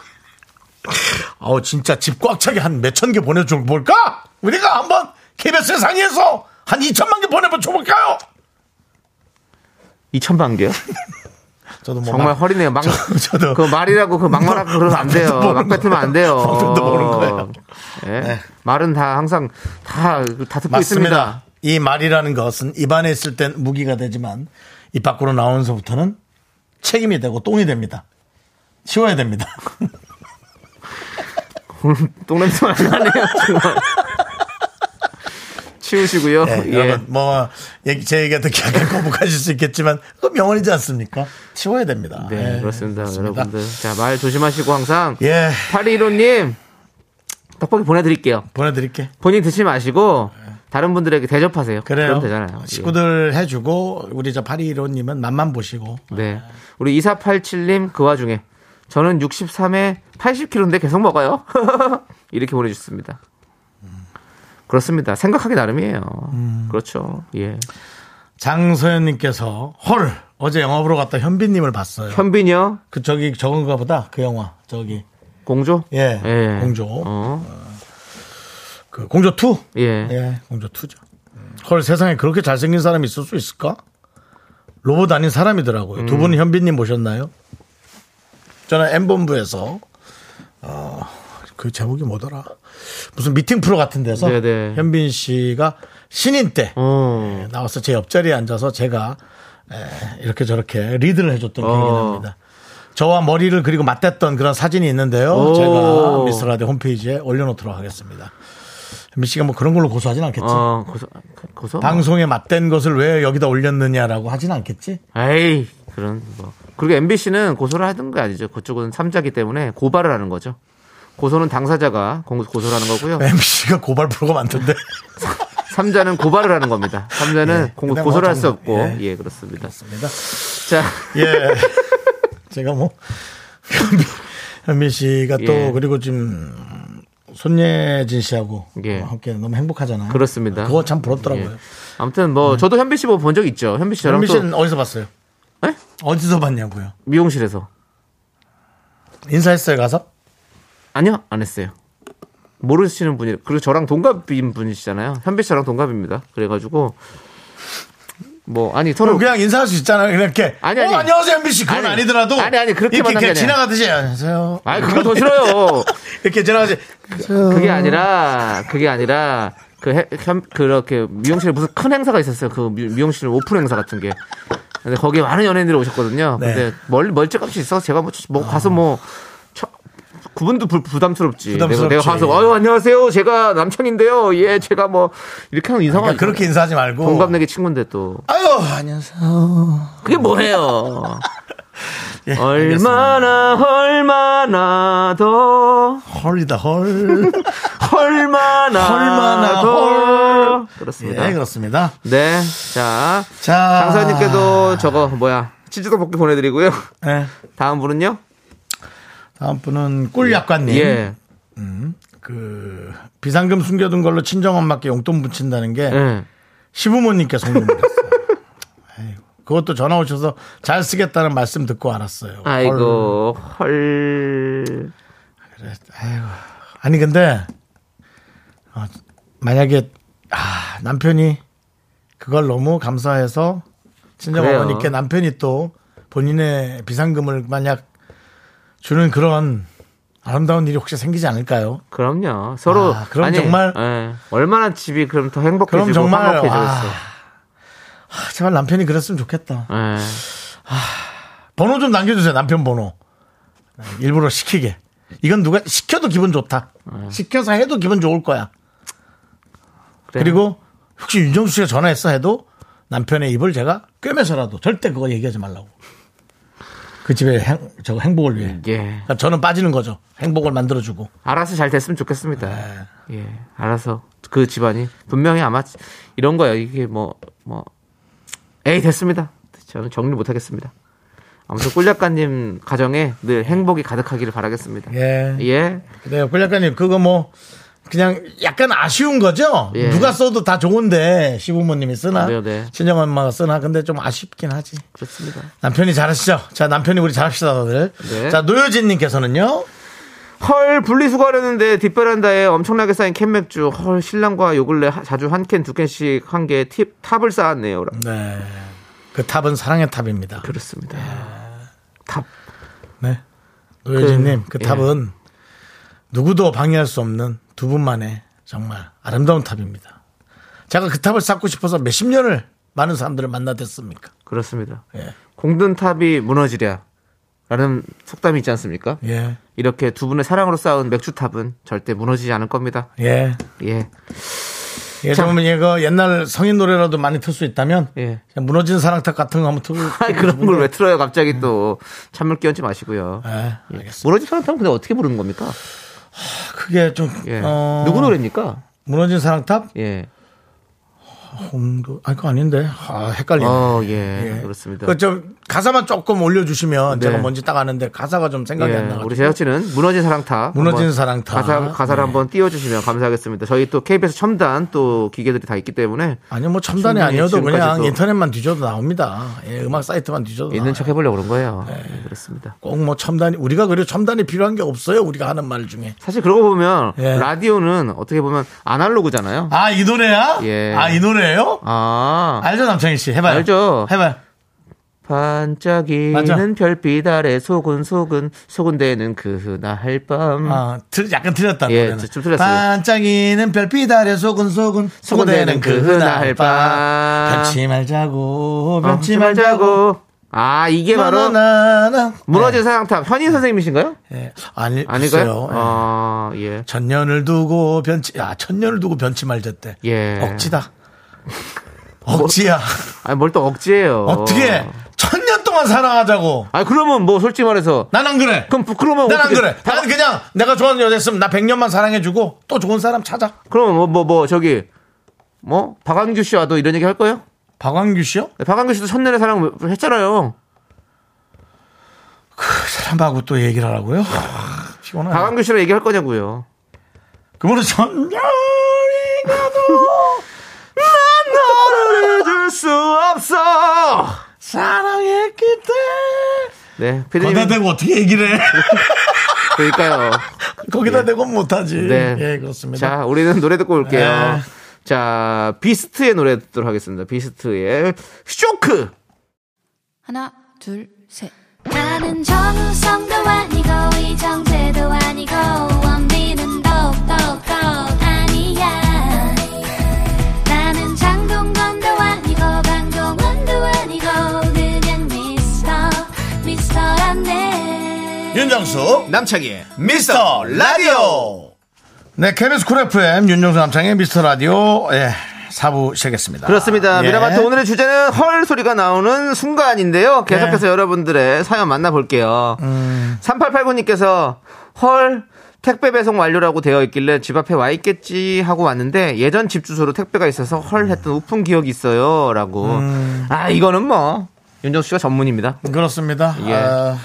아우 진짜 집 꽉 차게 한 몇 천 개 보내줘 볼까? 우리가 한번 KBS 상의해서 한 2천만 개 보내줘 볼까요?
2천만 개요?
저도 뭐
정말
막-
허리네요. 막,
저- 저도
그 말이라고 그 막말하고 그러면 안 돼요.
방금도 모르는
막 뱉으면 안 돼요.
거예요. 방금도 모르는 거예요. 네.
예. 말은 다 항상 다, 다 듣고 있습니다.
맞습니다. 이 말이라는 것은 입안에 있을 땐 무기가 되지만 입 밖으로 나오면서부터는 책임이 되고 똥이 됩니다. 치워야 됩니다.
똥냄새 많이 나네요, 정말. 치우시고요.
네,
예.
여러분 뭐제 얘기가 듣기 약간 거북하실 수 있겠지만 그건 명언이지 않습니까? 치워야 됩니다.
네,
예,
그렇습니다,
그렇습니다.
여러분들. 자, 말 조심하시고 항상.
예.
821호님, 떡볶이 보내드릴게요.
보내드릴게.
본인 드시지 마시고, 다른 분들에게 대접하세요.
그래요.
럼 되잖아요. 예.
식구들 해주고 우리 저 파리로님은 맛만 보시고.
예. 네. 우리 2487님, 그 와중에. 저는 63에 80kg인데 계속 먹어요. 이렇게 보내주셨습니다. 그렇습니다. 생각하기 나름이에요.
음.
그렇죠. 예.
네. 장서연님께서 헐 어제 영화 보러 갔다 현빈님을 봤어요.
현빈이요?
그 저기 저건가 보다 그 영화 저기
공조?
예, 공조.
어.
그 공조 2
예.
예 공조 2죠. 헐 세상에 그렇게 잘생긴 사람이 있을 수 있을까? 로봇 아닌 사람이더라고요.
음.
두 분은 현빈님 보셨나요? 저는 M 본부에서 어그 제목이 뭐더라 무슨 미팅 프로 같은 데서
네네.
현빈 씨가 신인 때
어.
나와서 제 옆자리에 앉아서 제가 에, 이렇게 저렇게 리드를 해줬던 기억이
어.
납니다. 저와 머리를 그리고 맞댔던 그런 사진이 있는데요.
오.
제가 미스라디 홈페이지에 올려놓도록 하겠습니다. 미 씨가 뭐 그런 걸로 고소하진 않겠지?
어, 고소, 고소?
방송에 맞댄 것을 왜 여기다 올렸느냐라고 하진 않겠지?
에이, 그런, 뭐. 그리고 MBC는 고소를 하던 거 아니죠. 그쪽은 삼자기 때문에 고발을 하는 거죠. 고소는 당사자가 공- 고소를 하는 거고요.
MC가 고발 프로가 많던데.
삼자는 고발을 하는 겁니다. 삼자는
예,
공-
근데
고소를
뭐
할 수
정-
없고.
예.
예, 그렇습니다.
맞습니다.
자,
예. 제가 뭐, 현미, 현미 씨가 또,
예.
그리고 지금, 손예진 씨하고
예.
함께 너무 행복하잖아요.
그렇습니다.
그거 참 부럽더라고요.
예. 아무튼 뭐, 저도 현빈 씨 본 적 있죠. 현빈 씨 저랑
현미
또
씨는 어디서 봤어요?
예?
어디서 봤냐고요?
미용실에서.
인사했어요 가서?
아니요, 안 했어요. 모르시는 분이 그리고 저랑 동갑인 분이시잖아요. 현빈 씨랑 동갑입니다. 그래가지고 뭐 아니 서로
그럼 그냥 인사할 수 있잖아요. 그냥 이렇게.
아니,
어,
아니.
안녕하세요, MBC. 그건
아니.
아니, 더라도
아니, 아니, 그렇게
이렇게
만난 게
그냥
아니라.
지나가듯이, 안녕하세요.
아 그거 더 싫어요.
이렇게 지나가지. 어.
그게 아니라 그게 아니라 그 해- 현- 그렇게 미용실에 무슨 큰 행사가 있었어요. 그 미, 미용실 오픈 행사 같은 게. 근데 거기에 많은 연예인들이 오셨거든요.
네. 아.
근데 멀 멀찌감치 있어서 제가 뭐, 뭐 가서 뭐 처- 그분도 부, 부담스럽지. 내가- 내가
부담스럽지.
가서 아유 안녕하세요. 제가 남편인데요. 예, 제가 뭐 이렇게 하면 이상하죠.
그러니까 그렇게 인사하지 말고.
동갑내기 친구인데 또
아유, 안녕하세요.
그게 뭐예요?
예, 알겠습니다.
얼마나 얼마나 더
헐이다, 헐.
얼마나
얼마나
더
헐.
그렇습니다.
예, 그렇습니다.
네, 자,
자.
강사님께도 저거 뭐야 치즈도 볶기 보내드리고요.
네.
다음 분은요?
다음 분은 꿀약관님.
예,
그, 비상금 숨겨둔 걸로 친정엄마께 용돈 붙인다는 게
예.
시부모님께 성공했어요. 그것도 전화 오셔서 잘 쓰겠다는 말씀 듣고 알았어요. 헐.
아이고 헐.
아이고. 아니 근데 어, 만약에 아, 남편이 그걸 너무 감사해서 친정
그래요.
어머니께 남편이 또 본인의 비상금을 만약 주는 그런 아름다운 일이 혹시 생기지 않을까요?
그럼요. 서로
아, 그럼 정말-
예. 얼마나 집이 그럼 더 행복해지고
그럼 정말
화목해지겠어.
아, 아, 제발 남편이 그랬으면 좋겠다.
예.
번호 좀 남겨주세요. 남편 번호. 네, 일부러 시키게. 이건 누가 시켜도 기분 좋다.
네.
시켜서 해도 기분 좋을 거야.
그래요.
그리고 혹시 윤정수 씨가 전화했어 해도 남편의 입을 제가 꿰매서라도 절대 그거 얘기하지 말라고. 그 집의 행, 저 행복을 위해.
예.
그러니까 저는 빠지는 거죠. 행복을 만들어주고.
알아서 잘 됐으면 좋겠습니다. 예, 알아서 그 집안이 분명히 아마 이런 거예요. 이게 뭐 뭐 에이 됐습니다. 저는 정리 못하겠습니다. 아무튼 꿀 작가님 가정에 늘 행복이 가득하기를 바라겠습니다.
예.
예,
네, 꿀 작가님, 그거 뭐, 그냥 약간 아쉬운 거죠?
예.
누가 써도 다 좋은데, 시부모님이 쓰나?
네, 네.
친정엄마가 쓰나? 근데 좀 아쉽긴 하지.
그렇습니다.
남편이 잘하시죠? 자, 남편이 우리 잘합시다, 다들.
네.
자, 노효진님께서는요?
헐 분리수거하려는데 뒷베란다에 엄청나게 쌓인 캔맥주 헐 신랑과 요 근래 하- 자주 한 캔 두 캔씩 한 개 팁 탑을 쌓았네요.
네. 그 탑은 사랑의 탑입니다.
그렇습니다. 탑
네. 노효진님, 그,
그, 예.
탑은 누구도 방해할 수 없는 두 분만의 정말 아름다운 탑입니다. 제가 그 탑을 쌓고 싶어서 몇십 년을 많은 사람들을 만나댔습니까?
그렇습니다.
예.
공든 탑이 무너지랴라는 속담이 있지 않습니까?
예.
이렇게 두 분의 사랑으로 쌓은 맥주탑은 절대 무너지지 않을 겁니다.
예.
예.
예,
자.
정말 이거 옛날 성인 노래라도 많이 틀 수 있다면
예.
그냥 무너진 사랑탑 같은 거 한번 틀고
아니, 그런 걸 왜 틀어요? 갑자기 또 찬물 끼얹지 마시고요.
예,
예.
알겠습니다.
무너진 사랑탑은 근데 어떻게 부르는 겁니까?
그게 좀
예.
어,
누구 노래입니까?
무너진 사랑탑?
예.
홍도 아 그거 아닌데 아 헷갈리네.
어, 예. 그렇습니다.
그좀 가사만 조금 올려주시면
네.
제가 뭔지 딱 아는데 가사가 좀 생각이
예,
안 나.
우리 제작진은 무너진 사랑탑.
무너진
한번
사랑탑.
가사, 가사를
네.
한번 띄워주시면 감사하겠습니다. 저희 또 KBS 첨단 또 기계들이 다 있기 때문에
아니요 뭐 첨단이
충분히
아니어도 그냥
지금까지도-
인터넷만 뒤져도 나옵니다. 예, 음악 사이트만 뒤져도
있는 척 해보려고 그런 거예요. 예, 그렇습니다.
꼭 뭐 첨단이 우리가 그래도 첨단이 필요한 게 없어요. 우리가 하는 말 중에.
사실 그러고 보면
예.
라디오는 어떻게 보면 아날로그잖아요.
아 이 노래야?
예.
아 이 노래예요?
아.
알죠 남창희 씨 해봐요.
알죠.
해봐요.
반짝이는
맞아.
별빛 아래 소근소근 소근대는 그날 밤. 어,
아, 틀- 약간 틀렸다.
예,
노래는.
좀 틀렸어요.
반짝이는 별빛 아래 소근소근 소근대는 그날 밤. 변치 말자고, 변치 말자고.
아 어, 이게 바로
나나나나.
무너진 사랑탑 현인 선생님이신가요?
예, 예. 아니, 글쎄요.
아닐까요?
예.
아 예.
천년을 두고 변치, 아, 천년을 두고 변치 말자때.
예.
억지다. 억지야.
아니 뭘 또 억지예요.
어떻게 천년 동안 사랑하자고.
아 그러면 뭐 솔직히 말해서
난 안 그래.
그럼 부- 그러면
난 안
어떻게-
그래. 난 그냥 내가 좋아하는 여자 있으면 나 100년만 사랑해주고 또 좋은 사람 찾아.
그러면 뭐 뭐 뭐 저기 뭐 박완규 씨와도 이런 얘기 할 거예요?
박광규 씨요?
네, 박완규 씨도 첫날에 사랑 했잖아요.
그 사람하고 또 얘기를 하라고요? 아, 피곤하네.
박완규 씨랑 얘기할 거냐고요.
그분은 전열이 가도
너를 잊을 수 없어.
사랑했기 때문에
네,
거기다
피디님.
대고 어떻게 얘기를 해?
네. 그러니까요.
거기다
예.
대고 못하지.
네.
예, 그렇습니다.
자, 우리는 노래 듣고 올게요.
네.
자, 비스트의 노래 듣도록 하겠습니다. 비스트의 쇼크!
하나, 둘, 셋.
나는 정우성도 아니고 이정재도 아니고 원빈은 더욱더 아니야 나는 장동건도 아니고 방종원도 아니고 그냥 미스터 미스터란데
윤정수 남창희 미스터 라디오. 네, KBS 쿨 FM 윤정수 남창희 미스터 라디오 예, 4부 시작했습니다.
그렇습니다.
예.
미라마트 오늘의 주제는 헐 소리가 나오는 순간인데요. 계속해서
네. 음.
여러분들의 사연 만나볼게요. 3889님께서 헐 택배 배송 완료라고 되어 있길래 집 앞에 와 있겠지 하고 왔는데 예전 집 주소로 택배가 있어서 헐 했던 우픈 기억이 있어요. 라고.
음.
아, 이거는 뭐. 윤정수 씨가 전문입니다.
그렇습니다.
예.
아,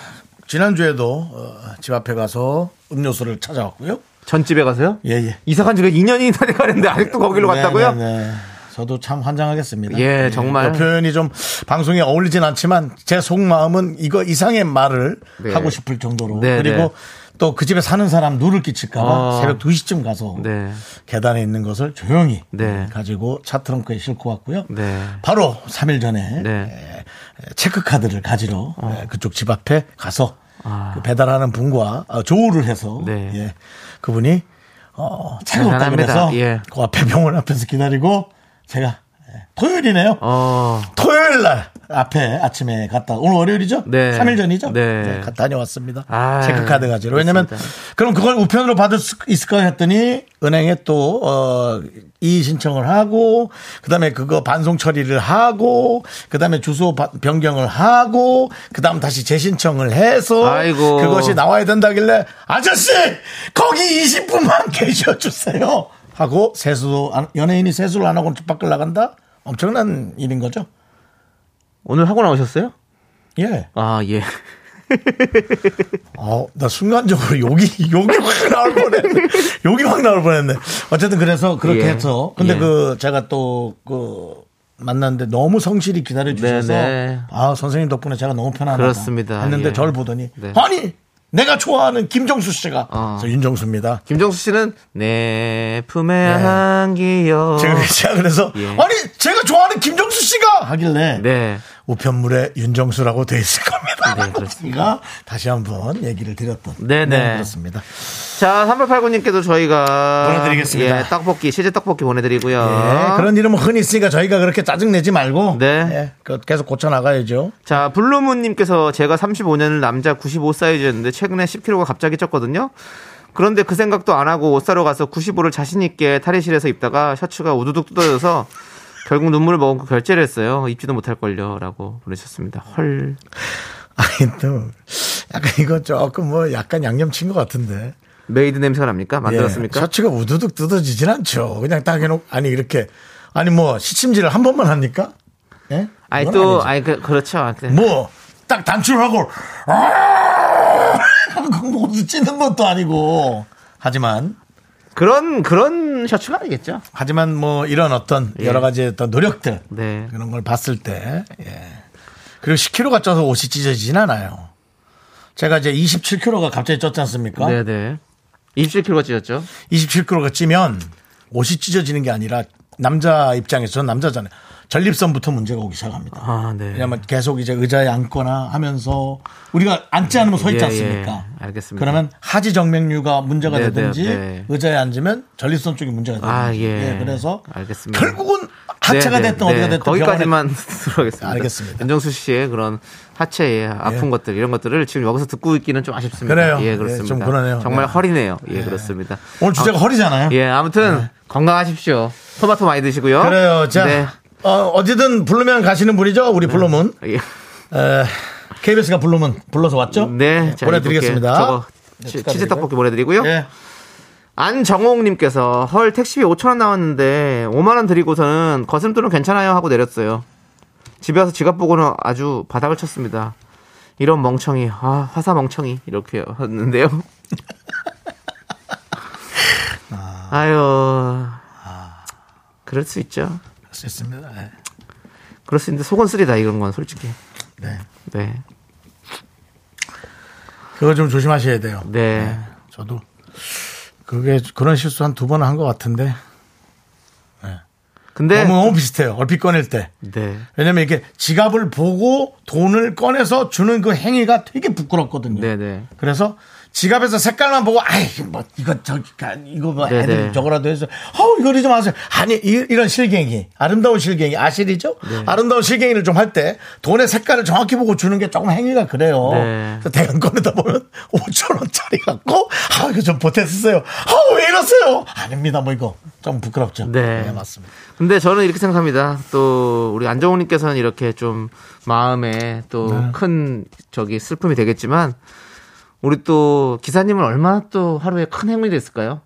지난주에도 어, 집 앞에 가서 음료수를 찾아왔고요.
전집에 가세요?
예, 예.
이사 간 지가 2년이 다 돼가는데 아직도 거기로 갔다고요?
네, 네, 네. 저도 참 환장하겠습니다.
예, 정말.
그 표현이 좀 방송에 어울리진 않지만 제 속마음은 이거 이상의 말을
네.
하고 싶을 정도로
네,
그리고
네.
또 그 집에 사는 사람 누를 끼칠까봐
아.
새벽 2시쯤 가서
네.
계단에 있는 것을 조용히
네.
가지고 차 트렁크에 싣고 왔고요.
네.
바로 3일 전에
네. 어.
에, 체크카드를 가지러 에, 그쪽 집 앞에 가서 그 배달하는 분과 어, 조우를 해서
아. 네.
예, 그분이 어, 차가 없다
대단합니다.
그래서
예.
그 앞에 병원 앞에서 기다리고 제가 예, 토요일이네요.
어,
토요일 날 앞에 아침에 갔다 오늘 월요일이죠?
네.
3일 전이죠?
네.
가- 다녀왔습니다.
아,
체크카드 가지러. 왜냐면
그렇습니다.
그럼 그걸 우편으로 받을 수 있을까 했더니 은행에 또 어, 이의 신청을 하고 그다음에 그거 반송 처리를 하고 그다음에 주소 바- 변경을 하고 그다음 다시 재신청을 해서
아이고.
그것이 나와야 된다길래 아저씨 거기 20분만 계셔 주세요. 하고 세수도 안- 연예인이 세수를 안 하고 집 밖을 나간다? 엄청난 일인 거죠?
오늘 하고 나오셨어요?
예.
아, 예.
어, 나 순간적으로 욕이, 욕이 확 나올 뻔했네. 욕이 확 나올 뻔했네. 어쨌든 그래서 그렇게
예.
해서. 근데
예.
그, 제가 또, 그, 만났는데 너무 성실히 기다려주셔서.
네네.
아, 선생님 덕분에 제가 너무 편안하다.
그렇습니다.
했는데
예.
저를 보더니.
네.
아니! 내가 좋아하는 김정수 씨가.
어.
그래서 윤정수입니다.
김정수 씨는 내 품에
네.
안기요.
제가, 제가 그래서.
어. 예.
아니! 제가 좋아하는 김정수 씨가! 하길래.
네.
우편물에 윤정수라고 돼 있을 겁니다.
네, 그렇습니다.
제가 다시 한번 얘기를 드렸던.
네네.
그렇습니다.
자, 3889님께도 저희가
보내드리겠습니다.
예, 떡볶이, 시제 떡볶이 보내드리고요.
예, 그런 일은 뭐 흔히 있으니까 저희가 그렇게 짜증내지 말고
아. 네.
예, 그- 계속 고쳐나가야죠.
자, 블루문님께서 제가 35년을 남자 95 사이즈였는데 최근에 10kg가 갑자기 쪘거든요. 그런데 그 생각도 안 하고 옷 사러 가서 95를 자신있게 탈의실에서 입다가 셔츠가 우두둑 뜯어져서 결국 눈물을 먹고 결제를 했어요. 입지도 못할걸요. 라고 보내셨습니다. 헐.
아니, 또 약간 이거 조금 뭐 약간 양념 친 것 같은데.
메이드 냄새가 납니까? 만들었습니까?
예, 셔츠가 우두둑 뜯어지진 않죠. 그냥 딱 해놓고, 아니, 이렇게. 아니, 뭐, 시침질을 한 번만 합니까? 예?
아니
그건
또
아니지.
아니 그, 그렇죠. 뭐,
뭐, 딱 단출하고, 아! 뭐, 찌는 것도 아니고. 하지만,
그런 그런 셔츠가 아니겠죠.
하지만 뭐, 이런 어떤 여러 가지 어떤 노력들.
예. 네.
그런 걸 봤을 때, 예. 그리고 10kg가 쪄서 옷이 찢어지진 않아요. 제가 이제 27kg가 갑자기 쪘지 않습니까?
네, 네. 27kg가 찢었죠.
27kg가 찌면 옷이 찢어지는 게 아니라 남자 입장에서 저는 남자잖아요. 전립선부터 문제가 오기 시작합니다.
아, 네.
왜냐면 계속 이제 의자에 앉거나 하면서 우리가 앉지 않으면 서 있지
예,
않습니까?
예. 알겠습니다.
그러면 하지 정맥류가 문제가
네, 네,
되든지
네.
의자에 앉으면 전립선 쪽이 문제가 되든지.
아, 예.
그래서
알겠습니다.
결국은 하체가
네, 네,
됐든
네.
어디가 됐든 병원에
거기까지만 들어가겠습니다.
알겠습니다.
윤정수 씨의 그런 하체의 아픈
예.
것들 이런 것들을 지금 여기서 듣고 있기는 좀 아쉽습니다.
그래요.
예,
예,
그렇습니다.
좀 그러네요.
정말
네.
허리네요. 예, 그렇습니다.
오늘 주제가
아,
허리잖아요.
예, 아무튼 건강하십시오. 토마토 많이 드시고요.
그래요. 자,
네.
어, 어디든 부르면 가시는 분이죠. 우리 블루문.
예.
에, KBS가 블루문 불러서 왔죠?
네, 자,
예, 보내드리겠습니다.
이렇게 저거
네,
치-
축하드리고요.
치즈 떡볶이 보내드리고요.
예.
안정옥님께서 헐 택시비 5천 원 나왔는데 5만 원 드리고서는 거슴돈은 괜찮아요 하고 내렸어요. 집에 와서 지갑 보고는 아주 바닥을 쳤습니다. 이런 멍청이, 아 화사 멍청이 이렇게 했는데요.
아.
아유, 그럴 수 있죠.
할수 있습니다. 예.
그럴 수 있는데 속은 쓰리다 이런 건 솔직히.
네.
네.
그거 좀 조심하셔야 돼요.
네.
저도 그게 그런 실수 한 두 번 한 것 같은데
근데
너무 너무 비슷해요. 얼핏 꺼낼 때.
네.
왜냐면 이게 지갑을 보고 돈을 꺼내서 주는 그 행위가 되게 부끄럽거든요.
네, 네.
그래서 지갑에서 색깔만 보고 아이 뭐 이거 저기 가- 이거 뭐
네,
애들
네.
저거라도 해서 어우 이거를 좀 하세요. 아니 이, 런 실갱이 아름다운 실갱이 아실이죠?
네.
아름다운 실갱이를 좀 할 때 돈의 색깔을 정확히 보고 주는 게 조금 행위가 그래요.
네.
그래서 대강 꺼내다 보면 5천 원짜리 갖고 아 이거 좀 보태주세요. 어우 왜 이러세요? 아닙니다 뭐 이거 좀 부끄럽죠.
네.
맞습니다.
근데 저는 이렇게 생각합니다. 또 우리 안정우님께서는 이렇게 좀 마음에
네.
또 큰 저기 슬픔이 되겠지만 우리 또 기사님은 얼마나 또 하루에 큰 행운이 됐을까요?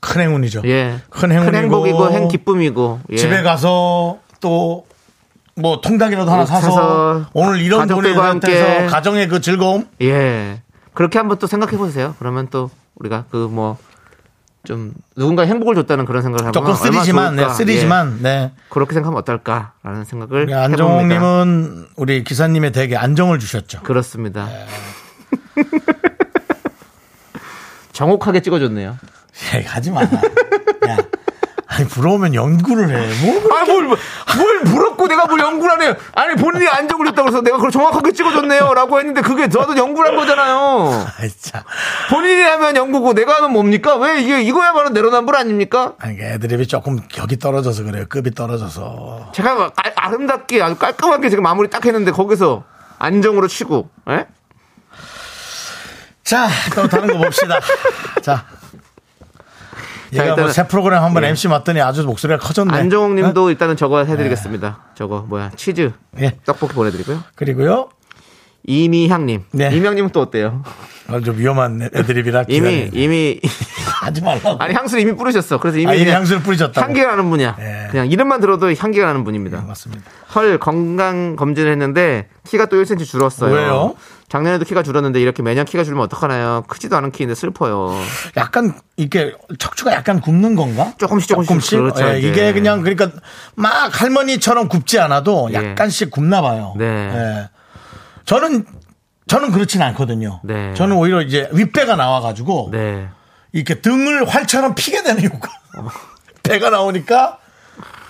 큰 행운이죠.
예.
큰 행운이고,
행복이고 행 기쁨이고 예.
집에 가서 또 뭐 통닭이라도 하나 사서,
예, 사서
오늘 이런 돈을
가족들과
해서
함께.
가정의 그 즐거움
예. 그렇게 한번 또 생각해 보세요. 그러면 또 우리가 그 뭐 좀 누군가 행복을 줬다는 그런 생각을 하면
조금 쓰리지만 네, 쓰리지만 네.
그렇게 생각하면 어떨까라는 생각을
우리
예. 해봅니다.
안정욱님은 우리 기사님의 댁에 안정을 주셨죠.
그렇습니다. 정확하게 찍어줬네요.
예, 하지 마. 야, 아니 부러우면 연구를 해. 뭐
아뭘 뭘 부럽고 내가 뭘 연구를 하네요. 아니 본인이 안정을 했다고 해서 내가 그걸 정확하게 찍어줬네요라고 했는데 그게 저도 연구를 한 거잖아요.
아이 참.
본인이 하면 연구고 내가 하면 뭡니까? 왜 이게 이거야말로 내로남불 아닙니까?
아니 이게 애드립이 조금 격이 떨어져서 그래요. 급이 떨어져서.
제가 막 깔- 아름답게 아주 깔끔하게 제가 마무리 딱 했는데 거기서 안정으로 치고
네.
예?
자, 또 다른 거 봅시다. 자. 얘가
일단은-
뭐새 프로그램 한번
예.
MC 맡더니 아주 목소리가 커졌네. 어? 네.
안정욱님도 일단은 저거 해드리겠습니다. 저거 뭐야 치즈
예.
떡볶이 보내드리고요.
그리고요.
이미향님,
네.
이명님은 또 어때요?
아, 좀 위험한 애드립이라
이미
기다리네.
이미
하지 말라고.
아니 향수를 이미 뿌리셨어. 그래서 이미
아, 이미
그냥
향수를 뿌리셨다고.
향기가 나는 분이야.
예.
그냥 이름만 들어도 향기가 나는 분입니다.
맞습니다.
헐 건강 검진을 했는데 키가 또 1cm 줄었어요.
왜요?
작년에도 키가 줄었는데 이렇게 매년 키가 줄면 어떡하나요? 크지도 않은 키인데 슬퍼요.
약간 이게 척추가 약간 굽는 건가?
조금씩, 조금씩. 그렇죠,
예,
이제.
이게 그냥 그러니까 막 할머니처럼 굽지 않아도
예.
약간씩 굽나 봐요.
네.
예. 저는 저는 그렇진 않거든요.
네.
저는 오히려 이제 윗배가 나와가지고
네.
이렇게 등을 활처럼 피게 되는 효과. 배가 나오니까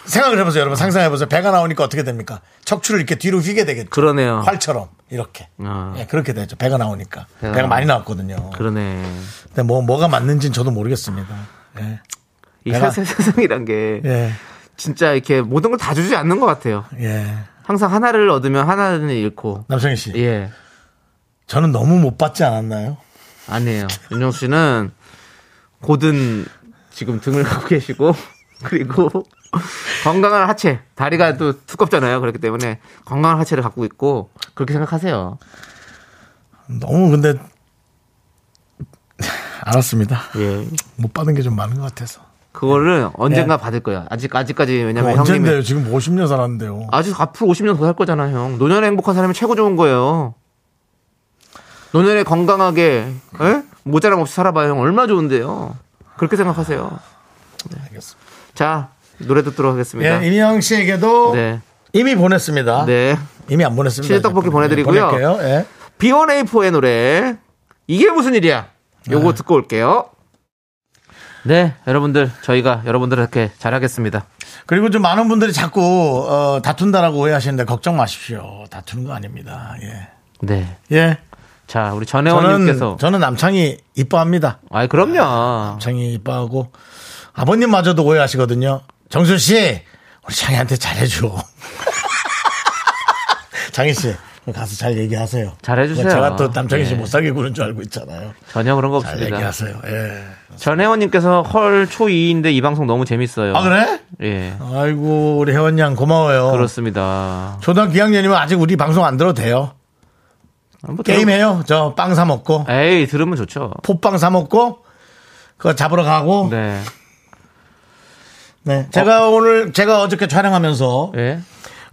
생각을 해보세요, 여러분. 상상해보세요. 배가 나오니까 어떻게 됩니까? 척추를 이렇게 뒤로 휘게 되겠죠.
그러네요.
활처럼 이렇게.
아.
예, 그렇게 되죠. 배가 나오니까.
배가
배가
나오-
많이 나왔거든요.
그러네.
근데 뭐 뭐가 맞는지는 저도 모르겠습니다. 예.
이
내가-
세- 세상이란 게
예.
진짜 이렇게 모든 걸 다 주지 않는 것 같아요.
예.
항상 하나를 얻으면 하나는 잃고.
남성희 씨.
예.
저는 너무 못 받지 않았나요?
아니에요. 윤정수 씨는 고든 지금 등을 갖고 계시고 그리고 건강한 하체 다리가 또 두껍잖아요. 그렇기 때문에 건강한 하체를 갖고 있고 그렇게 생각하세요.
너무 근데 알았습니다.
예.
못 받은 게 좀 많은 것 같아서.
그거를 언젠가 받을 거예요. 아직 아직까지 왜냐면
네. 언젠데요?
형님이
지금 50년 살았는데요.
아직 앞으로 50년 더 살 거잖아 형. 노년에 행복한 사람이 최고 좋은 거예요. 노년에 건강하게 예? 모자람 없이 살아봐요 형. 얼마 나 좋은데요. 그렇게 생각하세요. 네.
알겠습니다.
자 노래 듣도록 하겠습니다.
예, 이미영 씨에게도
네.
이미 보냈습니다.
네.
이미 안 보냈습니다.
치즈 떡볶이
이제.
보내드리고요.
보낼게요. 예.
B1A4의 노래 이게 무슨 일이야 요거 듣고 올게요 아. 네 여러분들 저희가 여러분들한테 잘하겠습니다
그리고 좀 많은 분들이 자꾸 어, 다툰다라고 오해하시는데 걱정 마십시오. 다투는 거 아닙니다. 예.
네자
예.
우리
저는
전혜원님께서
저는 남창이 이뻐합니다.
아이 그럼요
남창이 이뻐하고 아버님마저도 오해하시거든요. 정순 씨, 우리 창이한테 잘해줘. 장희 씨, 가서 잘 얘기하세요.
잘해주세요.
제가 또 남창희
예.
씨 못 사게 구는 줄 알고 있잖아요.
전혀 그런 거
잘
없습니다
얘기하세요. 예.
전혜원님께서 헐 초2인데 이 방송 너무 재밌어요
아 어. 그래?
예
아이고 우리 혜원 양 고마워요.
그렇습니다
초등학교 2학년이면 아직 우리 방송 안 들어도 돼요.
뭐 들으면-
게임해요. 저 빵 사 먹고
에이 들으면 좋죠
팥빵 사 먹고 그거 잡으러 가고. 네.
네
제가 오늘 제가 어저께 촬영하면서
예.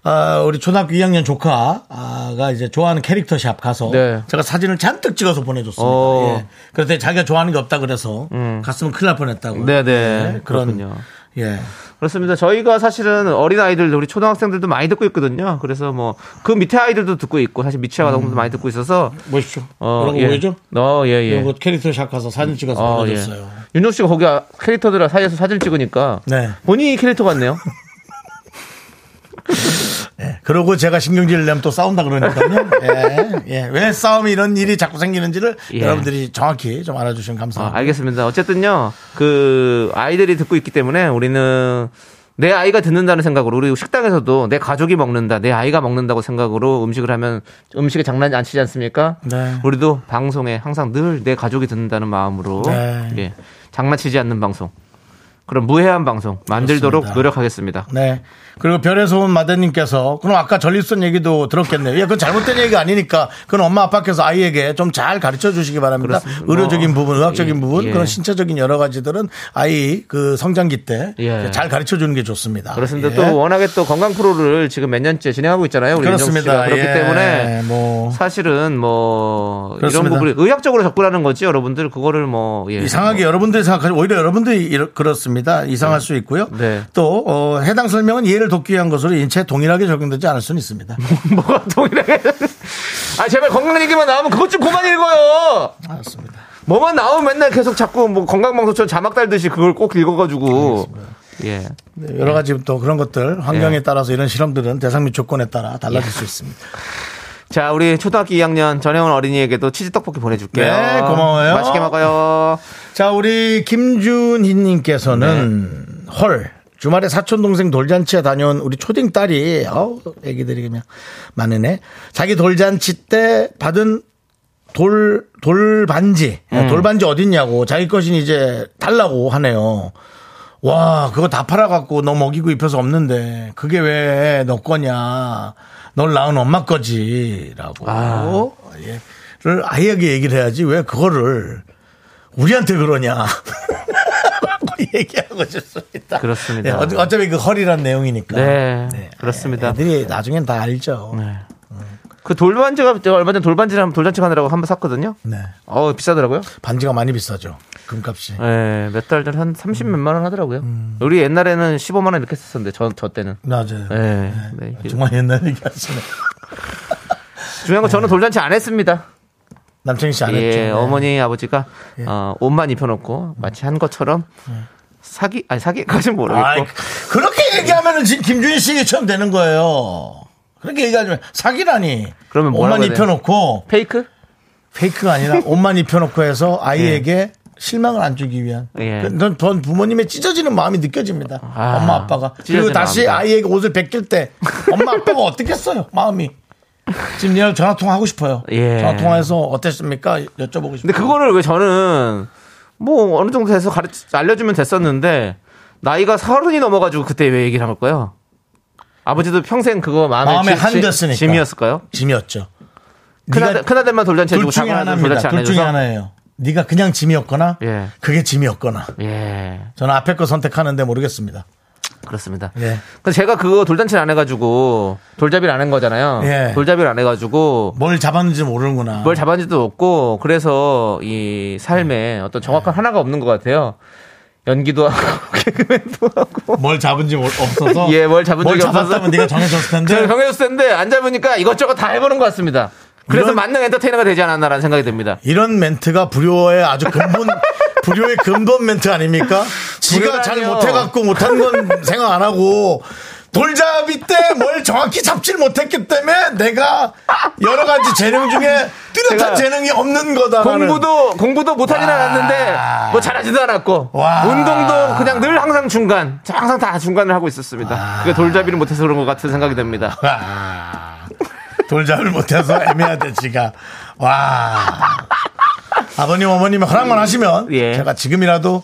아, 우리 초등학교 2학년 조카가 이제 좋아하는 캐릭터 샵 가서
네.
제가 사진을 잔뜩 찍어서 보내줬습니다.
어. 음.
예. 그런데 자기가 좋아하는 게 없다 그래서 갔으면 큰일 날 뻔했다고.
네네
그런
그렇군요
예.
그렇습니다. 저희가 사실은 어린 아이들, 우리 초등학생들도 많이 듣고 있거든요. 그래서 뭐 그 밑에 아이들도 듣고 있고 사실 미취학 아동도 많이 듣고 있어서
보십시오. 음.
어,
그런 거
예.
보이죠?
어, 예, 예.
이거 캐릭터 샵 가서 사진 찍어서
어,
보내줬어요.
예. 윤혁 씨가 거기 아- 캐릭터들 사이에서 사진 찍으니까
네.
본인이 캐릭터 같네요.
그러고 제가 신경질을 내면 또 싸운다 그러니까요. 예, 예. 왜 싸움이 이런 일이 자꾸 생기는지를
예.
여러분들이 정확히 좀 알아주시면
아,
감사합니다.
알겠습니다. 어쨌든요, 그 아이들이 듣고 있기 때문에 우리는 내 아이가 듣는다는 생각으로 우리 식당에서도 내 가족이 먹는다, 내 아이가 먹는다고 생각으로 음식을 하면 음식에 장난 안 치지 않습니까?
네.
우리도 방송에 항상 늘 내 가족이 듣는다는 마음으로
네.
예, 장난치지 않는 방송, 그런 무해한 방송 만들도록
그렇습니다.
노력하겠습니다.
네. 그리고 별에서 온 마대님께서 그럼 아까 전립선 얘기도 들었겠네요. 예, 그건 잘못된 얘기가 아니니까 그건 엄마 아빠께서 아이에게 좀 잘 가르쳐 주시기 바랍니다.
그렇습니다.
의료적인
뭐,
부분, 의학적인
예,
부분,
예.
그런 신체적인 여러 가지들은 아이 그 성장기 때 잘
예.
가르쳐 주는 게 좋습니다.
그렇습니다.
예.
또 워낙에 또 건강 프로를 지금 몇 년째 진행하고 있잖아요. 우리 윤정
그렇습니다.
씨가. 그렇기
예,
때문에
뭐.
사실은 뭐
그렇습니다.
이런 부분 의학적으로 접근하는 거지 여러분들 그거를 뭐 예.
이상하게
뭐
여러분들이 생각하지 오히려 여러분들이 이러- 그렇습니다. 이상할 수 있고요.
네.
또 어, 해당 설명은 이해를 돕기 위한 것으로 인체에 동일하게 적용되지 않을 수는 있습니다.
뭐가 동일하게 아 제발 건강 얘기만 나오면 그것 좀 그만 읽어요.
알았습니다.
뭐만 나오면 맨날 계속 자꾸 뭐 건강 방송처럼 자막 달듯이 그걸 꼭 읽어가지고 예.
네, 여러 가지 또 그런 것들 환경에
예.
따라서 이런 실험들은 대상 및 조건에 따라 달라질 수 있습니다.
자 우리 초등학교 2학년 전혜원 어린이에게도 치즈 떡볶이 보내줄게요.
네, 고마워요.
맛있게 먹어요.
자, 우리 김준희님께서는 헐. 주말에 사촌 동생 돌잔치에 다녀온 우리 초딩 딸이 어우 애기들이 그냥 많으네. 자기 돌잔치 때 받은 돌 돌반지 예,
음.
돌반지 어딨냐고 자기 것이 이제 달라고 하네요. 와 그거 다 팔아갖고 너 먹이고 입혀서 없는데 그게 왜 너 거냐? 널 낳은 엄마 거지라고
아.
를 아이에게 얘기를 해야지 왜 그거를 우리한테 그러냐. 라고 얘기하고 싶습니다.
그렇습니다.
네, 어- 어차피 그 허리란 내용이니까.
네, 그렇습니다.
애들이 나중엔 다 알죠. 네.
그 돌반지가 제가 얼마 전에 돌반지를 한번 돌잔치 가느라고 한번 샀거든요. 어 비싸더라고요.
네. 반지가 많이 비싸죠. 금값이.
예, 몇 달 전에 한30 몇만 원 하더라고요. 우리 옛날에는 15만 원 이렇게 썼었는데 저, 저 때는.
맞아요.
예. 네. 이게
정말 옛날 얘기하시네.
중요한 건 저는 돌잔치 안 했습니다.
남창희 씨 안
예,
했죠. 네.
어머니 아버지가 어, 옷만 입혀놓고 마치 한 것처럼 사기 네. 아니 사기까지는 모르겠고
아이, 그렇게 얘기하면은 지금 김준희 씨처럼 되는 거예요. 그렇게 얘기하면 사기라니.
그러면 뭐라고
옷만
해야 돼요?
입혀놓고
페이크?
페이크가 아니라 옷만 입혀놓고 해서 아이에게 실망을 안 주기 위한. 그,
예.
전, 전 부모님의 찢어지는 마음이 느껴집니다.
아,
엄마 아빠가. 그리고
찢어지는
다시
마음이다.
아이에게 옷을 벗길 때 엄마 아빠가 어떻겠어요 마음이. 지금 얘랑 전화 통화하고 싶어요.
예.
전화 통화해서 어땠습니까? 여쭤보고 싶어요.
근데 그거를 왜 저는 뭐 어느 정도 돼서 가르 알려주면 됐었는데 나이가 서른이 넘어가지고 그때 왜 얘기를 한 걸까요? 아버지도 평생 그거 마음에,
마음에
지-
한겼으니까.
짐이었을까요?
짐이었죠.
큰아들,
네가
큰아들만 돌잔치 해주고
둘 중에
작은 아들 돌잔치
하나입니다.
안
둘
해줘서
중에 하나예요. 네가 그냥 짐이었거나
예.
그게 짐이었거나
예
저는 앞에 거 선택하는데 모르겠습니다.
그렇습니다.
예.
근데 제가 그거 돌잔치를 안 해가지고 돌잡이를 안 한 거잖아요.
예.
돌잡이를 안 해가지고
뭘 잡았는지 모르는구나.
뭘 잡았는지도 없고 그래서 이
음.
삶에 어떤 정확한 하나가 없는 것 같아요. 연기도 하고 개그맨도 하고
뭘 잡은지 몰- 없어서
예, 뭘 잡은 적이
잡았다면
없어서.
네가 정해졌을 텐데
제가 정해줬을 텐데 안 잡으니까 이것저것 다 해보는 것 같습니다. 그래서
이런-
만능 엔터테이너가 되지 않았나라는 생각이 듭니다.
이런 멘트가 불효의 아주 근본 불효의 근본 멘트 아닙니까? 지가 잘
불효라뇨.
못해갖고 못한 건 생각 안 하고 돌잡이 때 뭘 정확히 잡질 못했기 때문에 내가 여러 가지 재능 중에 뚜렷한
제가
재능이 없는 거다라는
공부도 공부도 못하진
와.
않았는데 뭐 잘하지도 않았고
와.
운동도 그냥 늘 항상 중간 항상 다 중간을 하고 있었습니다. 그게 돌잡이를 못해서 그런 것 같은 생각이 듭니다.
아, 돌잡이를 못해서 애매하대 지가 와 아버님 어머님 허락만 하시면
예.
제가 지금이라도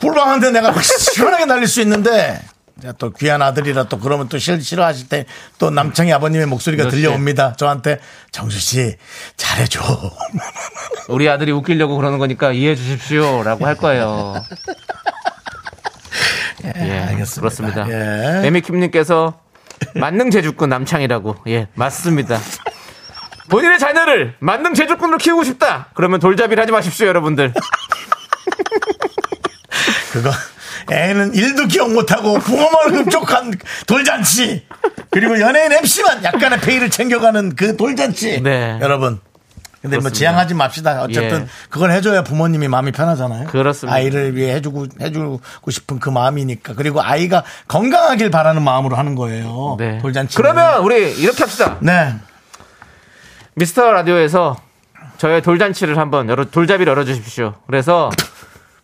꿀방한테 내가 막 시원하게 날릴 수 있는데 제가 또 귀한 아들이라 또 그러면 또 싫, 싫어하실 때 또 남창희 아버님의 목소리가
그렇지.
들려옵니다 저한테 정수 씨 잘해줘
우리 아들이 웃기려고 그러는 거니까 이해해 주십시오라고 할 거예요. 예,
알겠습니다.
그렇습니다.
예.
에미킴님께서 만능 제주꾼 남창이라고 예 맞습니다. 본인의 자녀를 만능 제주꾼으로 키우고 싶다. 그러면 돌잡이를 하지 마십시오, 여러분들.
그거 애는 일도 기억 못하고 부모만 흡족한 돌잔치 그리고 연예인 MC만 약간의 페이를 챙겨가는 그 돌잔치
네.
여러분 근데 뭐
그렇습니다.
지양하지 맙시다 어쨌든
예.
그걸 해줘야 부모님이 마음이 편하잖아요
그렇습니다.
아이를 위해 해주고 해주고 싶은 그 마음이니까 그리고 아이가 건강하길 바라는 마음으로 하는 거예요
네.
돌잔치
그러면 우리 이렇게 합시다.
네
미스터 라디오에서 저의 돌잔치를 한번 열어 돌잡이를 열어 주십시오. 그래서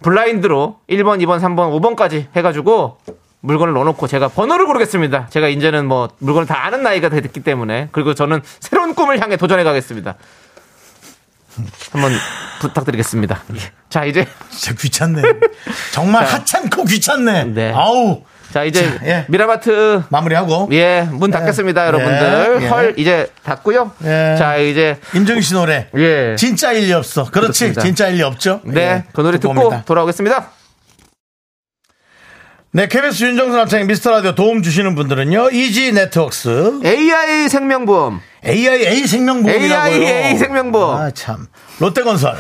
블라인드로 1번, 2번, 3번, 5번까지 해 가지고 물건을 넣어놓고 제가 번호를 고르겠습니다. 제가 이제는 뭐 물건을 다 아는 나이가 됐기 때문에 그리고 저는 새로운 꿈을 향해 도전해 가겠습니다. 한번 부탁드리겠습니다. 예. 자 이제
진짜 귀찮네 정말
자.
하찮고 귀찮네
네.
아우
자 이제
자, 예.
미라마트
마무리하고
예 문 닫겠습니다
예.
여러분들
예.
헐 이제 닫고요.
예.
자 이제
임정희 씨 노래.
예.
진짜 일리 없어. 그렇지.
그렇습니다.
진짜 일리 없죠.
네,
예,
그 노래 듣고
옵니다.
돌아오겠습니다.
네, KBS 윤정수 남창 미스터 라디오 도움 주시는 분들은요. 이지 네트웍스,
AI 생명보험,
AIA 생명보험이라고요.
AIA 생명보험.
아 참. 롯데건설,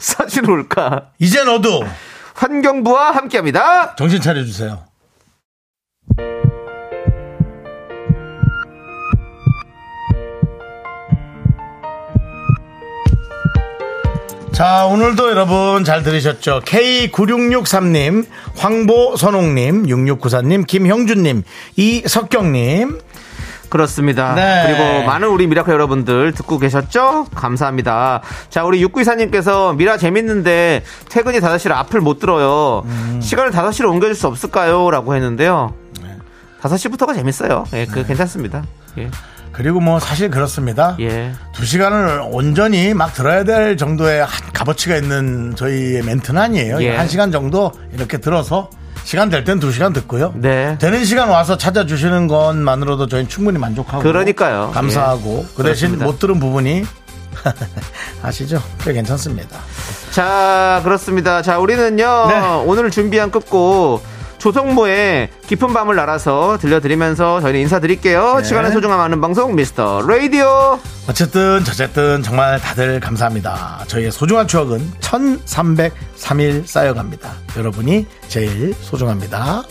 사진 올까?
이제 너도
환경부와 함께합니다.
정신 차려 주세요. 자, 오늘도 여러분 잘 들으셨죠? K9663님, 황보선홍님, 6694님, 김형준님, 이석경님.
그렇습니다.
네.
그리고 많은 우리 미라클 여러분들 듣고 계셨죠? 감사합니다. 자, 우리 육구이사님께서 미라 재밌는데 퇴근이 5시로 앞을 못 들어요. 시간을 5시로 옮겨줄 수 없을까요? 라고 했는데요. 5시부터가 재밌어요. 예, 그 괜찮습니다. 예.
그리고 뭐 사실 그렇습니다.
예.
두 시간을 온전히 막 들어야 될 정도의 한- 값어치가 있는 저희의 멘트는 아니에요.
예.
한 시간 정도 이렇게 들어서 시간 될 땐 두 시간 듣고요.
네.
되는 시간 와서 찾아주시는 것만으로도 저희는 충분히 만족하고.
그러니까요. 예,
감사하고. 그 대신
그렇습니다.
못 들은 부분이 아시죠? 꽤 괜찮습니다.
자, 그렇습니다. 자, 우리는요,
네.
오늘 준비한 끝곡, 조성모의 깊은 밤을 날아서 들려드리면서 저희는 인사드릴게요.
네.
시간의 소중함 아는 방송, 미스터 라디오.
어쨌든 저쨌든 정말 다들 감사합니다. 저희의 소중한 추억은 1303일 쌓여갑니다. 여러분이 제일 소중합니다.